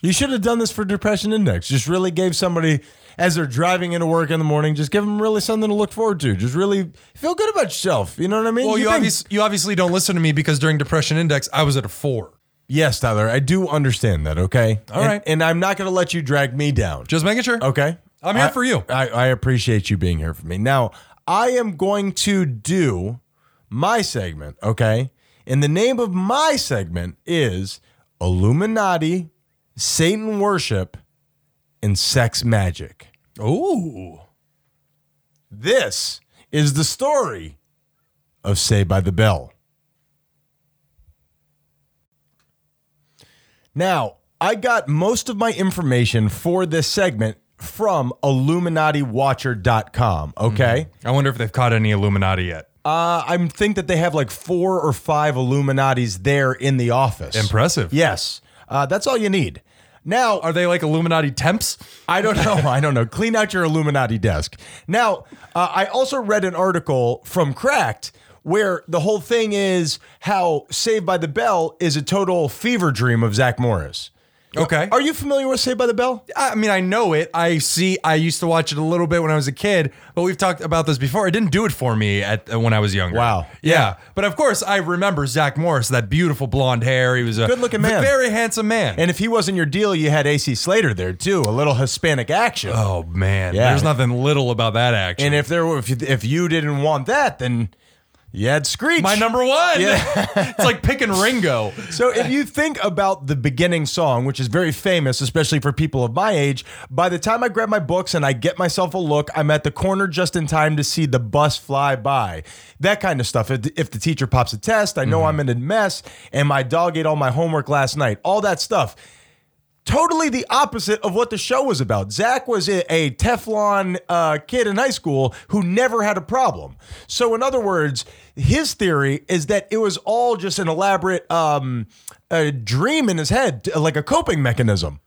[SPEAKER 2] You should have done this for Depression Index. Just really gave somebody, as they're driving into work in the morning, just give them really something to look forward to. Just really feel good about yourself. You know what I mean?
[SPEAKER 1] Well, you,
[SPEAKER 2] think-
[SPEAKER 1] obvious, you obviously don't listen to me because during Depression Index, I was at a four.
[SPEAKER 2] Yes, Tyler, I do understand that, okay? All right,
[SPEAKER 1] right.
[SPEAKER 2] And I'm not going to let you drag me down.
[SPEAKER 1] Just making sure.
[SPEAKER 2] Okay.
[SPEAKER 1] I'm here
[SPEAKER 2] I-
[SPEAKER 1] for you.
[SPEAKER 2] I, I appreciate you being here for me. Now, I am going to do my segment, okay? And the name of my segment is Illuminati, Satan Worship, and Sex Magic.
[SPEAKER 1] Ooh.
[SPEAKER 2] This is the story of Say by the Bell. Now, I got most of my information for this segment from IlluminatiWatcher.com. Okay.
[SPEAKER 1] I wonder if they've caught any Illuminati yet.
[SPEAKER 2] Uh, I think that they have like four or five Illuminati's there in the office.
[SPEAKER 1] Impressive.
[SPEAKER 2] Yes. Uh, that's all you need. Now,
[SPEAKER 1] Are they like Illuminati temps?
[SPEAKER 2] I don't know. (laughs) I don't know. Clean out your Illuminati desk. Now, uh, I also read an article from Cracked where the whole thing is how Saved by the Bell is a total fever dream of Zach Morris.
[SPEAKER 1] Okay.
[SPEAKER 2] Are you familiar with Saved by the Bell?
[SPEAKER 1] I mean, I know it. I see. I used to watch it a little bit when I was a kid, but we've talked about this before. It didn't do it for me at uh, when I was younger.
[SPEAKER 2] Wow.
[SPEAKER 1] Yeah. But of course, I remember Zach Morris, that beautiful blonde hair. He was a
[SPEAKER 2] Good-looking man.
[SPEAKER 1] very handsome man.
[SPEAKER 2] And if he wasn't your deal, you had AC Slater there too, a little Hispanic action.
[SPEAKER 1] oh man,
[SPEAKER 2] Yeah.
[SPEAKER 1] there's nothing little about that action.
[SPEAKER 2] and if there were, if you, if you didn't want that, then you had Screech.
[SPEAKER 1] my number one. (laughs)
[SPEAKER 2] (laughs)
[SPEAKER 1] it's like picking Ringo.
[SPEAKER 2] So if you think about the beginning song, which is very famous, especially for people of my age, by the time I grab my books and I get myself a look, I'm at the corner just in time to see the bus fly by. That kind of stuff. If if the teacher pops a test, I know
[SPEAKER 1] Mm-hmm.
[SPEAKER 2] I'm in a mess, and my dog ate all my homework last night. All that stuff. Totally the opposite of what the show was about. Zach was a, a Teflon uh, kid in high school who never had a problem. So, in other words, his theory is that it was all just an elaborate um, a dream in his head, like a coping mechanism.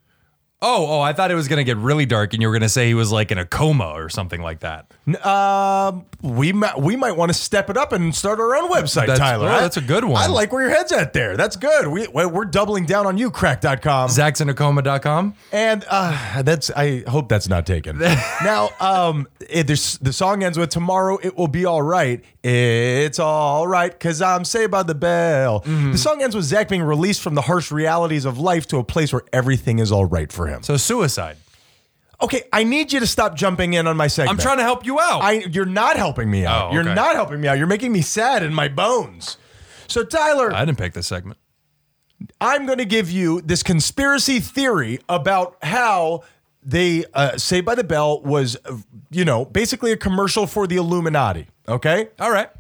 [SPEAKER 1] Oh, oh, I thought it was gonna get really dark, and you were gonna say he was like in a coma or something like that.
[SPEAKER 2] Um, we might we might want to step it up and start our own website,
[SPEAKER 1] That's-
[SPEAKER 2] Tyler.
[SPEAKER 1] oh,
[SPEAKER 2] I-
[SPEAKER 1] that's a good one.
[SPEAKER 2] I like where your head's at there. That's good. We we're doubling down on you, crack.com.
[SPEAKER 1] Zach's in a coma.com.
[SPEAKER 2] And uh, that's I hope that's not
[SPEAKER 1] (laughs)
[SPEAKER 2] taken. now, um, it, there's, the song ends with "Tomorrow it will be all right." It's all right because I'm saved by the bell.
[SPEAKER 1] Mm-hmm.
[SPEAKER 2] The song ends with Zach being released from the harsh realities of life to a place where everything is all right for him.
[SPEAKER 1] So suicide.
[SPEAKER 2] Okay, I need you to stop jumping in on my segment.
[SPEAKER 1] I'm trying to help you out.
[SPEAKER 2] I you're not helping me out.
[SPEAKER 1] Oh,
[SPEAKER 2] You're
[SPEAKER 1] okay.
[SPEAKER 2] not helping me out. You're making me sad in my bones. So Tyler,
[SPEAKER 1] I didn't pick this segment.
[SPEAKER 2] I'm going to give you this conspiracy theory about how they uh, say by the bell was, uh, you know, basically a commercial for the Illuminati. Okay.
[SPEAKER 1] All right.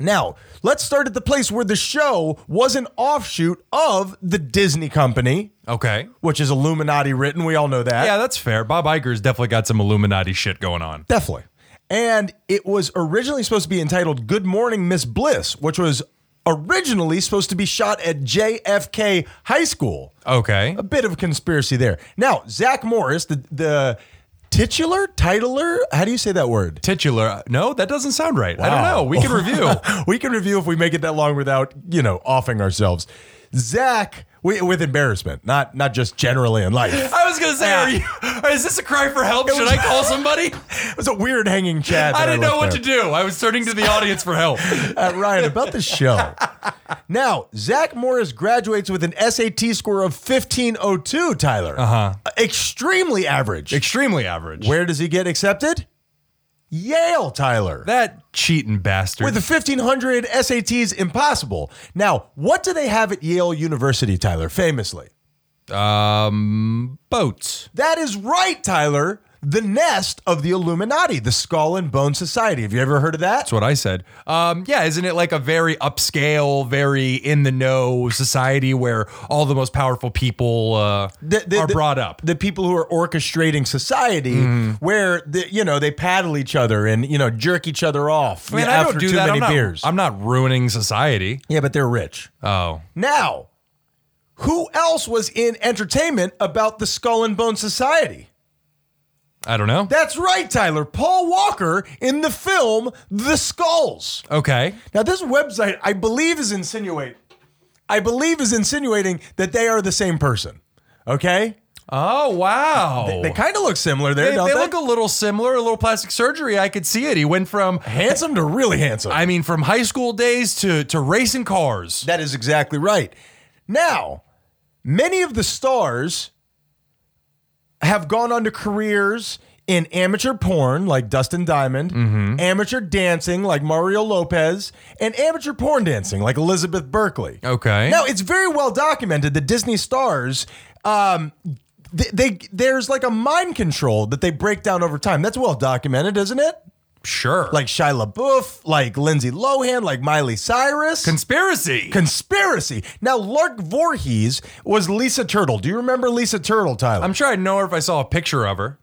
[SPEAKER 2] Now, let's start at the place where the show was an offshoot of the Disney Company,
[SPEAKER 1] Okay.
[SPEAKER 2] which is Illuminati written. We all know that.
[SPEAKER 1] Yeah, that's fair. Bob Iger's definitely got some Illuminati shit going on.
[SPEAKER 2] Definitely. And it was originally supposed to be entitled Good Morning, Miss Bliss, which was originally supposed to be shot at JFK High School.
[SPEAKER 1] Okay.
[SPEAKER 2] a bit of a conspiracy there. Now, Zach Morris, the the titular, titular, how do you say that word?
[SPEAKER 1] Titular. uh, No, that doesn't sound right. I don't
[SPEAKER 2] Wow.
[SPEAKER 1] know. We can
[SPEAKER 2] (laughs)
[SPEAKER 1] review.
[SPEAKER 2] We can review if we make it that long without you know offing ourselves. Zach, wi- with embarrassment, not not just generally in
[SPEAKER 1] (laughs)
[SPEAKER 2] life.
[SPEAKER 1] I was going to say, are you, is this a cry for help? Should I
[SPEAKER 2] (laughs)
[SPEAKER 1] call somebody?
[SPEAKER 2] It was a weird hanging chat.
[SPEAKER 1] I didn't know what to
[SPEAKER 2] to
[SPEAKER 1] do. I was turning to the audience for help.
[SPEAKER 2] uh, Ryan about the
[SPEAKER 1] (laughs)
[SPEAKER 2] show. Now, Zach Morris graduates with an SAT score of 1502, Tyler. Uh-huh. (laughs) Extremely average.
[SPEAKER 1] Extremely average.
[SPEAKER 2] Where does he get accepted? Yale, Tyler.
[SPEAKER 1] that cheating bastard.
[SPEAKER 2] With the 1500 SATs, impossible. Now, what do they have at Yale University, Tyler, famously?
[SPEAKER 1] um, boats.
[SPEAKER 2] That is right, Tyler. The nest of the Illuminati, the Skull and Bone Society. Have you ever heard of that?
[SPEAKER 1] That's what I said. Um, yeah, isn't it like a very upscale, very in the know society where all the most powerful people uh,
[SPEAKER 2] The- the-
[SPEAKER 1] are
[SPEAKER 2] the-
[SPEAKER 1] brought up?
[SPEAKER 2] The people who are orchestrating society,
[SPEAKER 1] Mm-hmm.
[SPEAKER 2] where the, you know they paddle each other and you know jerk each other off
[SPEAKER 1] Man, I
[SPEAKER 2] after
[SPEAKER 1] don't do
[SPEAKER 2] too
[SPEAKER 1] that.
[SPEAKER 2] many
[SPEAKER 1] I'm not,
[SPEAKER 2] beers.
[SPEAKER 1] I'm not ruining society.
[SPEAKER 2] yeah, but they're rich.
[SPEAKER 1] Oh,
[SPEAKER 2] Now, who else was in entertainment about the Skull and Bone Society?
[SPEAKER 1] I don't know.
[SPEAKER 2] That's right, Tyler. Paul Walker in the film The Skulls.
[SPEAKER 1] Okay.
[SPEAKER 2] Now, this website, I believe, is insinuate. I believe is insinuating that they are the same person. Okay,
[SPEAKER 1] Oh wow.
[SPEAKER 2] they kind of look similar there,
[SPEAKER 1] They-
[SPEAKER 2] don't
[SPEAKER 1] they
[SPEAKER 2] they?
[SPEAKER 1] look a little similar. A little plastic surgery. I could see it. He went from
[SPEAKER 2] handsome to really handsome.
[SPEAKER 1] I mean, from high school days to to racing cars.
[SPEAKER 2] that is exactly right. Now, many of the stars have gone on to careers in amateur porn, like Dustin Diamond,
[SPEAKER 1] Mm-hmm.
[SPEAKER 2] amateur dancing, like Mario Lopez, and amateur porn dancing, like Elizabeth Berkley.
[SPEAKER 1] Okay.
[SPEAKER 2] Now it's very well documented that Disney stars, um, th- they, there's like a mind control that they break down over time. That's well documented, isn't it?
[SPEAKER 1] sure.
[SPEAKER 2] Like Shia LaBeouf, like Lindsay Lohan, like Miley Cyrus.
[SPEAKER 1] conspiracy.
[SPEAKER 2] Conspiracy. Now, Lark Voorhees was Lisa Turtle. Do you remember Lisa Turtle, Tyler?
[SPEAKER 1] I'm sure I'd know her if I saw a picture of her.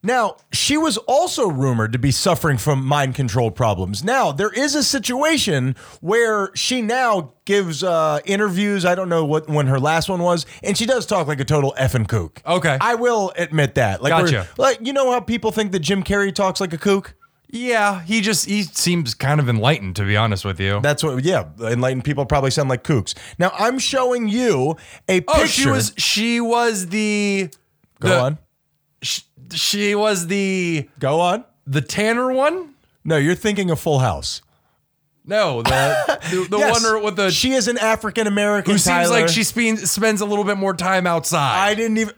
[SPEAKER 2] Now, she was also rumored to be suffering from mind control problems. Now, there is a situation where she now gives uh, interviews. I don't know what when her last one was, and she does talk like a total effing kook.
[SPEAKER 1] Okay.
[SPEAKER 2] I will admit that. Like, we're-
[SPEAKER 1] Gotcha.
[SPEAKER 2] like you know how people think that Jim Carrey talks like a kook.
[SPEAKER 1] Yeah, he just he seems kind of enlightened to be honest with you.
[SPEAKER 2] That's what, yeah. Enlightened people probably sound like kooks. Now I'm showing you a
[SPEAKER 1] oh,
[SPEAKER 2] picture.
[SPEAKER 1] she was she was the
[SPEAKER 2] Go
[SPEAKER 1] the-
[SPEAKER 2] on.
[SPEAKER 1] She, she was the
[SPEAKER 2] Go on.
[SPEAKER 1] the Tanner one.
[SPEAKER 2] No, you're thinking of Full House. (laughs)
[SPEAKER 1] No, the the, the
[SPEAKER 2] Yes.
[SPEAKER 1] one with the
[SPEAKER 2] She is an African American.
[SPEAKER 1] who seems
[SPEAKER 2] Tyler.
[SPEAKER 1] like she speen- spends a little bit more time outside
[SPEAKER 2] I didn't even.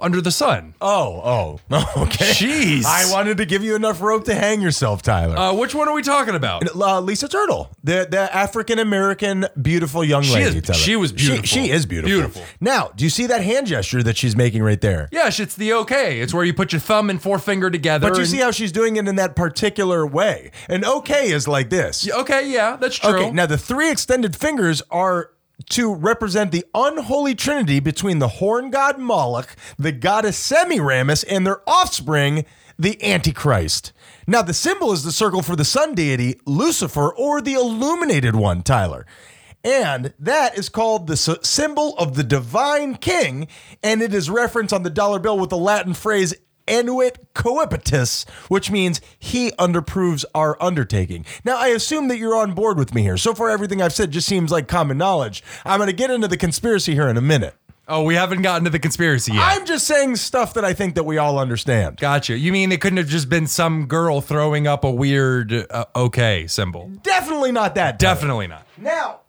[SPEAKER 1] under the sun.
[SPEAKER 2] Oh, oh, (laughs) okay.
[SPEAKER 1] Jeez.
[SPEAKER 2] I wanted to give you enough rope to hang yourself, Tyler.
[SPEAKER 1] Uh, which one are we talking about?
[SPEAKER 2] Uh, Lisa Turtle, the the African American beautiful young
[SPEAKER 1] She
[SPEAKER 2] lady.
[SPEAKER 1] is-
[SPEAKER 2] Tyler.
[SPEAKER 1] she was beautiful.
[SPEAKER 2] She, she is beautiful.
[SPEAKER 1] Beautiful.
[SPEAKER 2] Now, do you see that hand gesture that she's making right there?
[SPEAKER 1] Yes, it's the okay. It's where you put your thumb and forefinger together.
[SPEAKER 2] But you
[SPEAKER 1] and-
[SPEAKER 2] see how she's doing it in that particular way. And okay is like this.
[SPEAKER 1] Yeah, okay, yeah, that's true.
[SPEAKER 2] Okay, now the three extended fingers are to represent the unholy trinity between the horn god Moloch, the goddess Semiramis, and their offspring, the Antichrist. Now, the symbol is the circle for the sun deity, Lucifer, or the illuminated one, Tyler. And that is called the s- symbol of the divine king, and it is referenced on the dollar bill with the Latin phrase Enuit coipitus, which means he underproves our undertaking. Now, I assume that you're on board with me here. So far, everything I've said just seems like common knowledge. I'm going to get into the conspiracy here in a minute.
[SPEAKER 1] oh, we haven't gotten to the conspiracy yet.
[SPEAKER 2] I'm just saying stuff that I think that we all understand.
[SPEAKER 1] Gotcha. You mean it couldn't have just been some girl throwing up a weird uh, okay symbol?
[SPEAKER 2] Definitely not that. Tyler.
[SPEAKER 1] Definitely not.
[SPEAKER 2] Now,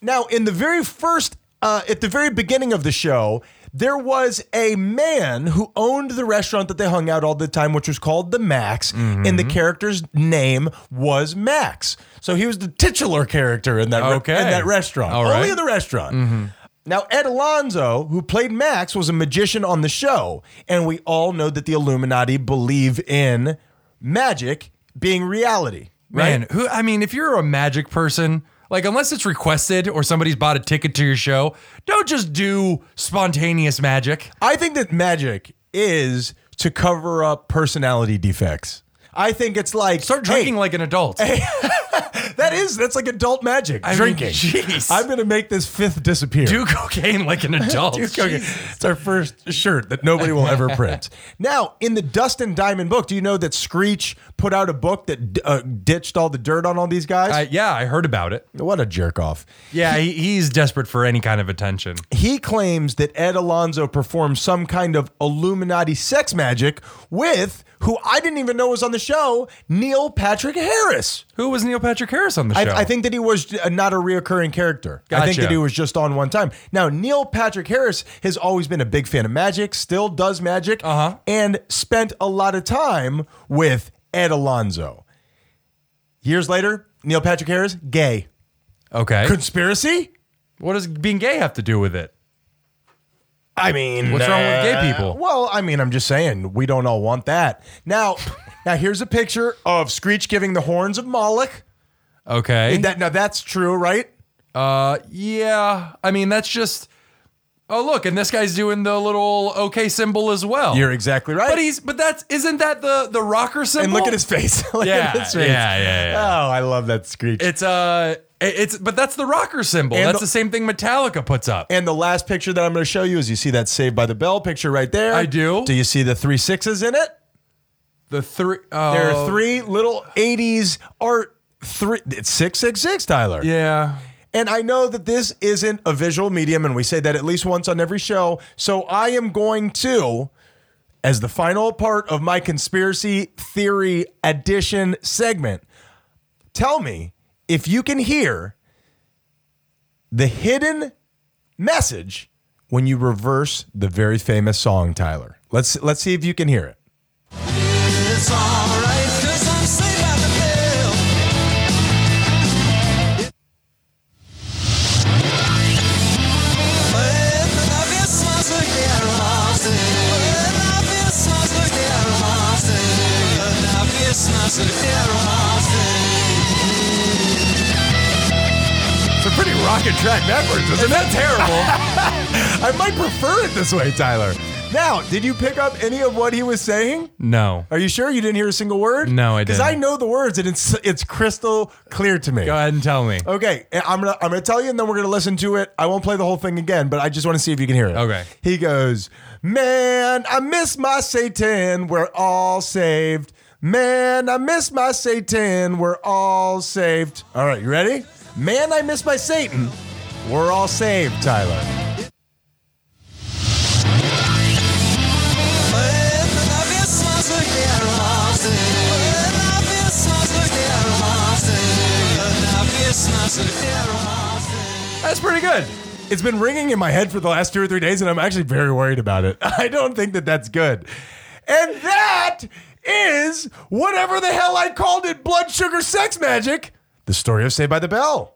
[SPEAKER 2] now in the very first, uh, at the very beginning of the show, there was a man who owned the restaurant that they hung out all the time, which was called the Max, and the
[SPEAKER 1] Mm-hmm.
[SPEAKER 2] character's name was Max. So he was the titular character in that re-
[SPEAKER 1] Okay.
[SPEAKER 2] in that restaurant,
[SPEAKER 1] All
[SPEAKER 2] only
[SPEAKER 1] right. Mm-hmm.
[SPEAKER 2] in the restaurant. Now, Ed Alonso, who played Max, was a magician on the show. And we all know that the Illuminati believe in magic being reality, right?
[SPEAKER 1] Man, who I mean, if you're a magic person, like unless it's requested or somebody's bought a ticket to your show, don't just do spontaneous magic.
[SPEAKER 2] I think that magic is to cover up personality defects. I think it's like
[SPEAKER 1] Start drinking like an adult.
[SPEAKER 2] Hey, that is that's like adult magic.
[SPEAKER 1] mean,
[SPEAKER 2] drinking.
[SPEAKER 1] jeez.
[SPEAKER 2] I'm gonna make this fifth disappear. (laughs)
[SPEAKER 1] do cocaine like an adult.
[SPEAKER 2] Duke Hogan. It's our first shirt that nobody will ever
[SPEAKER 1] (laughs)
[SPEAKER 2] print. now, in the Dust and Diamond book, do you know that Screech put out a book that uh, ditched all the dirt on all these guys?
[SPEAKER 1] I, yeah, I heard about it.
[SPEAKER 2] what a jerk off.
[SPEAKER 1] Yeah, he, he's desperate for any kind of attention.
[SPEAKER 2] he claims that Ed Alonso performed some kind of Illuminati sex magic with who I didn't even know was on the show, Neil Patrick Harris.
[SPEAKER 1] Who was Neil Patrick Harris on the show?
[SPEAKER 2] I, I think that he was uh, not a reoccurring character. I think
[SPEAKER 1] Gotcha.
[SPEAKER 2] that he was just on one time. Now, Neil Patrick Harris has always been a big fan of magic, still does magic,
[SPEAKER 1] Uh-huh.
[SPEAKER 2] and spent a lot of time with Ed Alonso. Years later, Neil Patrick Harris, gay.
[SPEAKER 1] Okay.
[SPEAKER 2] Conspiracy?
[SPEAKER 1] what does being gay have to do with it?
[SPEAKER 2] I mean,
[SPEAKER 1] What's wrong with gay people?
[SPEAKER 2] Well, I mean, I'm just saying we don't all want that.
[SPEAKER 1] (laughs)
[SPEAKER 2] Now, now here's a picture of Screech giving the horns of Moloch.
[SPEAKER 1] Okay.
[SPEAKER 2] That now that's true, right?
[SPEAKER 1] Uh, yeah. I mean, that's just. Oh, look, and this guy's doing the little okay symbol as well.
[SPEAKER 2] You're exactly right.
[SPEAKER 1] but he's but that's isn't that the the rocker symbol?
[SPEAKER 2] and look at his face. (laughs) Look at
[SPEAKER 1] Yeah,
[SPEAKER 2] his face.
[SPEAKER 1] yeah, yeah, yeah.
[SPEAKER 2] Oh, I love that Screech.
[SPEAKER 1] It's uh, it- it's but that's the rocker symbol.
[SPEAKER 2] And
[SPEAKER 1] that's
[SPEAKER 2] the-
[SPEAKER 1] the, same thing Metallica puts up.
[SPEAKER 2] and the last picture that I'm going to show you is you see that Saved by the Bell picture right there.
[SPEAKER 1] I do.
[SPEAKER 2] Do you see the three sixes in it?
[SPEAKER 1] the three. Uh,
[SPEAKER 2] There are three little 80s art. Three, it's six six six, Tyler.
[SPEAKER 1] Yeah.
[SPEAKER 2] And I know that this isn't a visual medium, and we say that at least once on every show. So I am going to, as the final part of my conspiracy theory addition segment, tell me if you can hear the hidden message when you reverse the very famous song, Tyler. Let's let's see if you can hear it.
[SPEAKER 1] It's a pretty rocket track backwards, isn't that (laughs) terrible?
[SPEAKER 2] I might prefer it this way, Tyler. Now, did you pick up any of what he was saying?
[SPEAKER 1] no.
[SPEAKER 2] Are you sure you didn't hear a single word?
[SPEAKER 1] No, I
[SPEAKER 2] Because I
[SPEAKER 1] didn't.
[SPEAKER 2] know the words, and it's it's crystal clear to me.
[SPEAKER 1] Go ahead and tell me.
[SPEAKER 2] Okay, and I'm gonna I'm gonna tell you, and then we're gonna listen to it. I won't play the whole thing again, but I just want to see if you can hear it.
[SPEAKER 1] Okay.
[SPEAKER 2] He goes, "Man, I miss my Satan. We're all saved. Man, I miss my Satan. We're all saved. All right, you ready? Man, I miss my Satan. We're all saved, Tyler.
[SPEAKER 1] That's pretty good.
[SPEAKER 2] It's been ringing in my head for the last two or three days, and I'm actually very worried about it. (laughs) I don't think that that's good. And that is whatever the hell I called it blood sugar sex magic. The story of Saved by the Bell.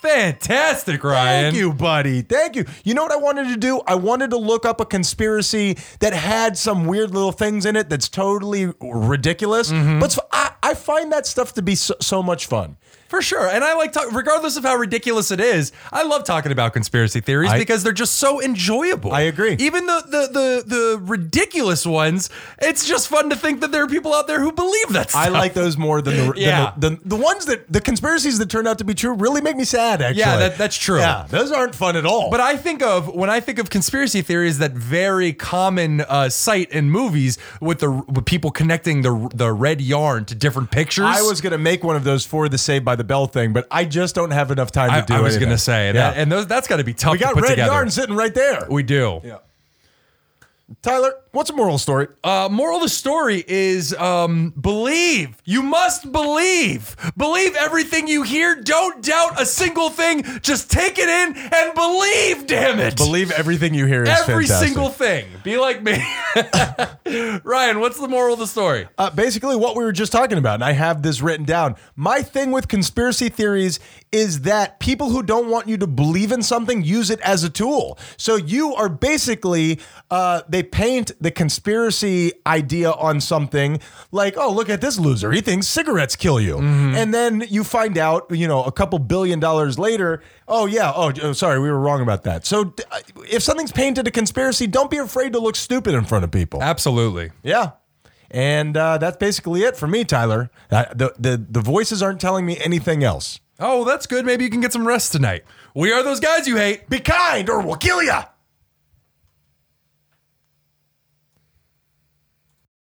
[SPEAKER 1] Fantastic, Ryan.
[SPEAKER 2] Thank you, buddy. Thank you. You know what I wanted to do? I wanted to look up a conspiracy that had some weird little things in it that's totally ridiculous.
[SPEAKER 1] Mm-hmm.
[SPEAKER 2] But I, I find that stuff to be so, so much fun.
[SPEAKER 1] For sure. And I like talk regardless of how ridiculous it is, I love talking about conspiracy theories
[SPEAKER 2] I-
[SPEAKER 1] because they're just so enjoyable.
[SPEAKER 2] I agree.
[SPEAKER 1] Even the, the the the ridiculous ones, it's just fun to think that there are people out there who believe that stuff.
[SPEAKER 2] I like those more
[SPEAKER 1] (laughs)
[SPEAKER 2] than the, than
[SPEAKER 1] Yeah.
[SPEAKER 2] the, the the ones that the conspiracies that turned out to be true really make me sad. Actually,
[SPEAKER 1] Yeah, that, that's true.
[SPEAKER 2] Yeah, those aren't fun at all.
[SPEAKER 1] But I think of when I think of conspiracy theories, that very common uh, sight in movies with the with people connecting the the red yarn to different pictures.
[SPEAKER 2] I was gonna make one of those for the Saved by the Bell thing, but I just don't have enough time
[SPEAKER 1] I,
[SPEAKER 2] to do.
[SPEAKER 1] I was
[SPEAKER 2] anything.
[SPEAKER 1] gonna say
[SPEAKER 2] Yeah.
[SPEAKER 1] that, and those that's got to be tough.
[SPEAKER 2] we
[SPEAKER 1] to
[SPEAKER 2] got
[SPEAKER 1] put
[SPEAKER 2] red
[SPEAKER 1] together.
[SPEAKER 2] yarn sitting right there.
[SPEAKER 1] We do.
[SPEAKER 2] Tyler, what's a moral story?
[SPEAKER 1] Uh, moral of the story is um, believe. You must believe. Believe everything you hear. Don't doubt a single thing. Just take it in and believe. Damn it!
[SPEAKER 2] Believe everything you hear is
[SPEAKER 1] every
[SPEAKER 2] fantastic.
[SPEAKER 1] single thing. Be like me, (laughs) Ryan. What's the moral of the story?
[SPEAKER 2] Uh, basically, what we were just talking about, and I have this written down. My thing with conspiracy theories is that people who don't want you to believe in something use it as a tool. So you are basically, uh, they paint the conspiracy idea on something like, oh, look at this loser. He thinks cigarettes kill you. And then you find out, you know, a couple billion dollars later, oh, yeah, oh, j- oh, sorry, we were wrong about that. So uh, if something's painted a conspiracy, don't be afraid to look stupid in front of people.
[SPEAKER 1] Absolutely.
[SPEAKER 2] Yeah. And uh, that's basically it for me, Tyler. Uh, the, the the voices aren't telling me anything else.
[SPEAKER 1] Oh, that's good. Maybe you can get some rest tonight. We are those guys you hate.
[SPEAKER 2] Be kind, or we'll kill ya.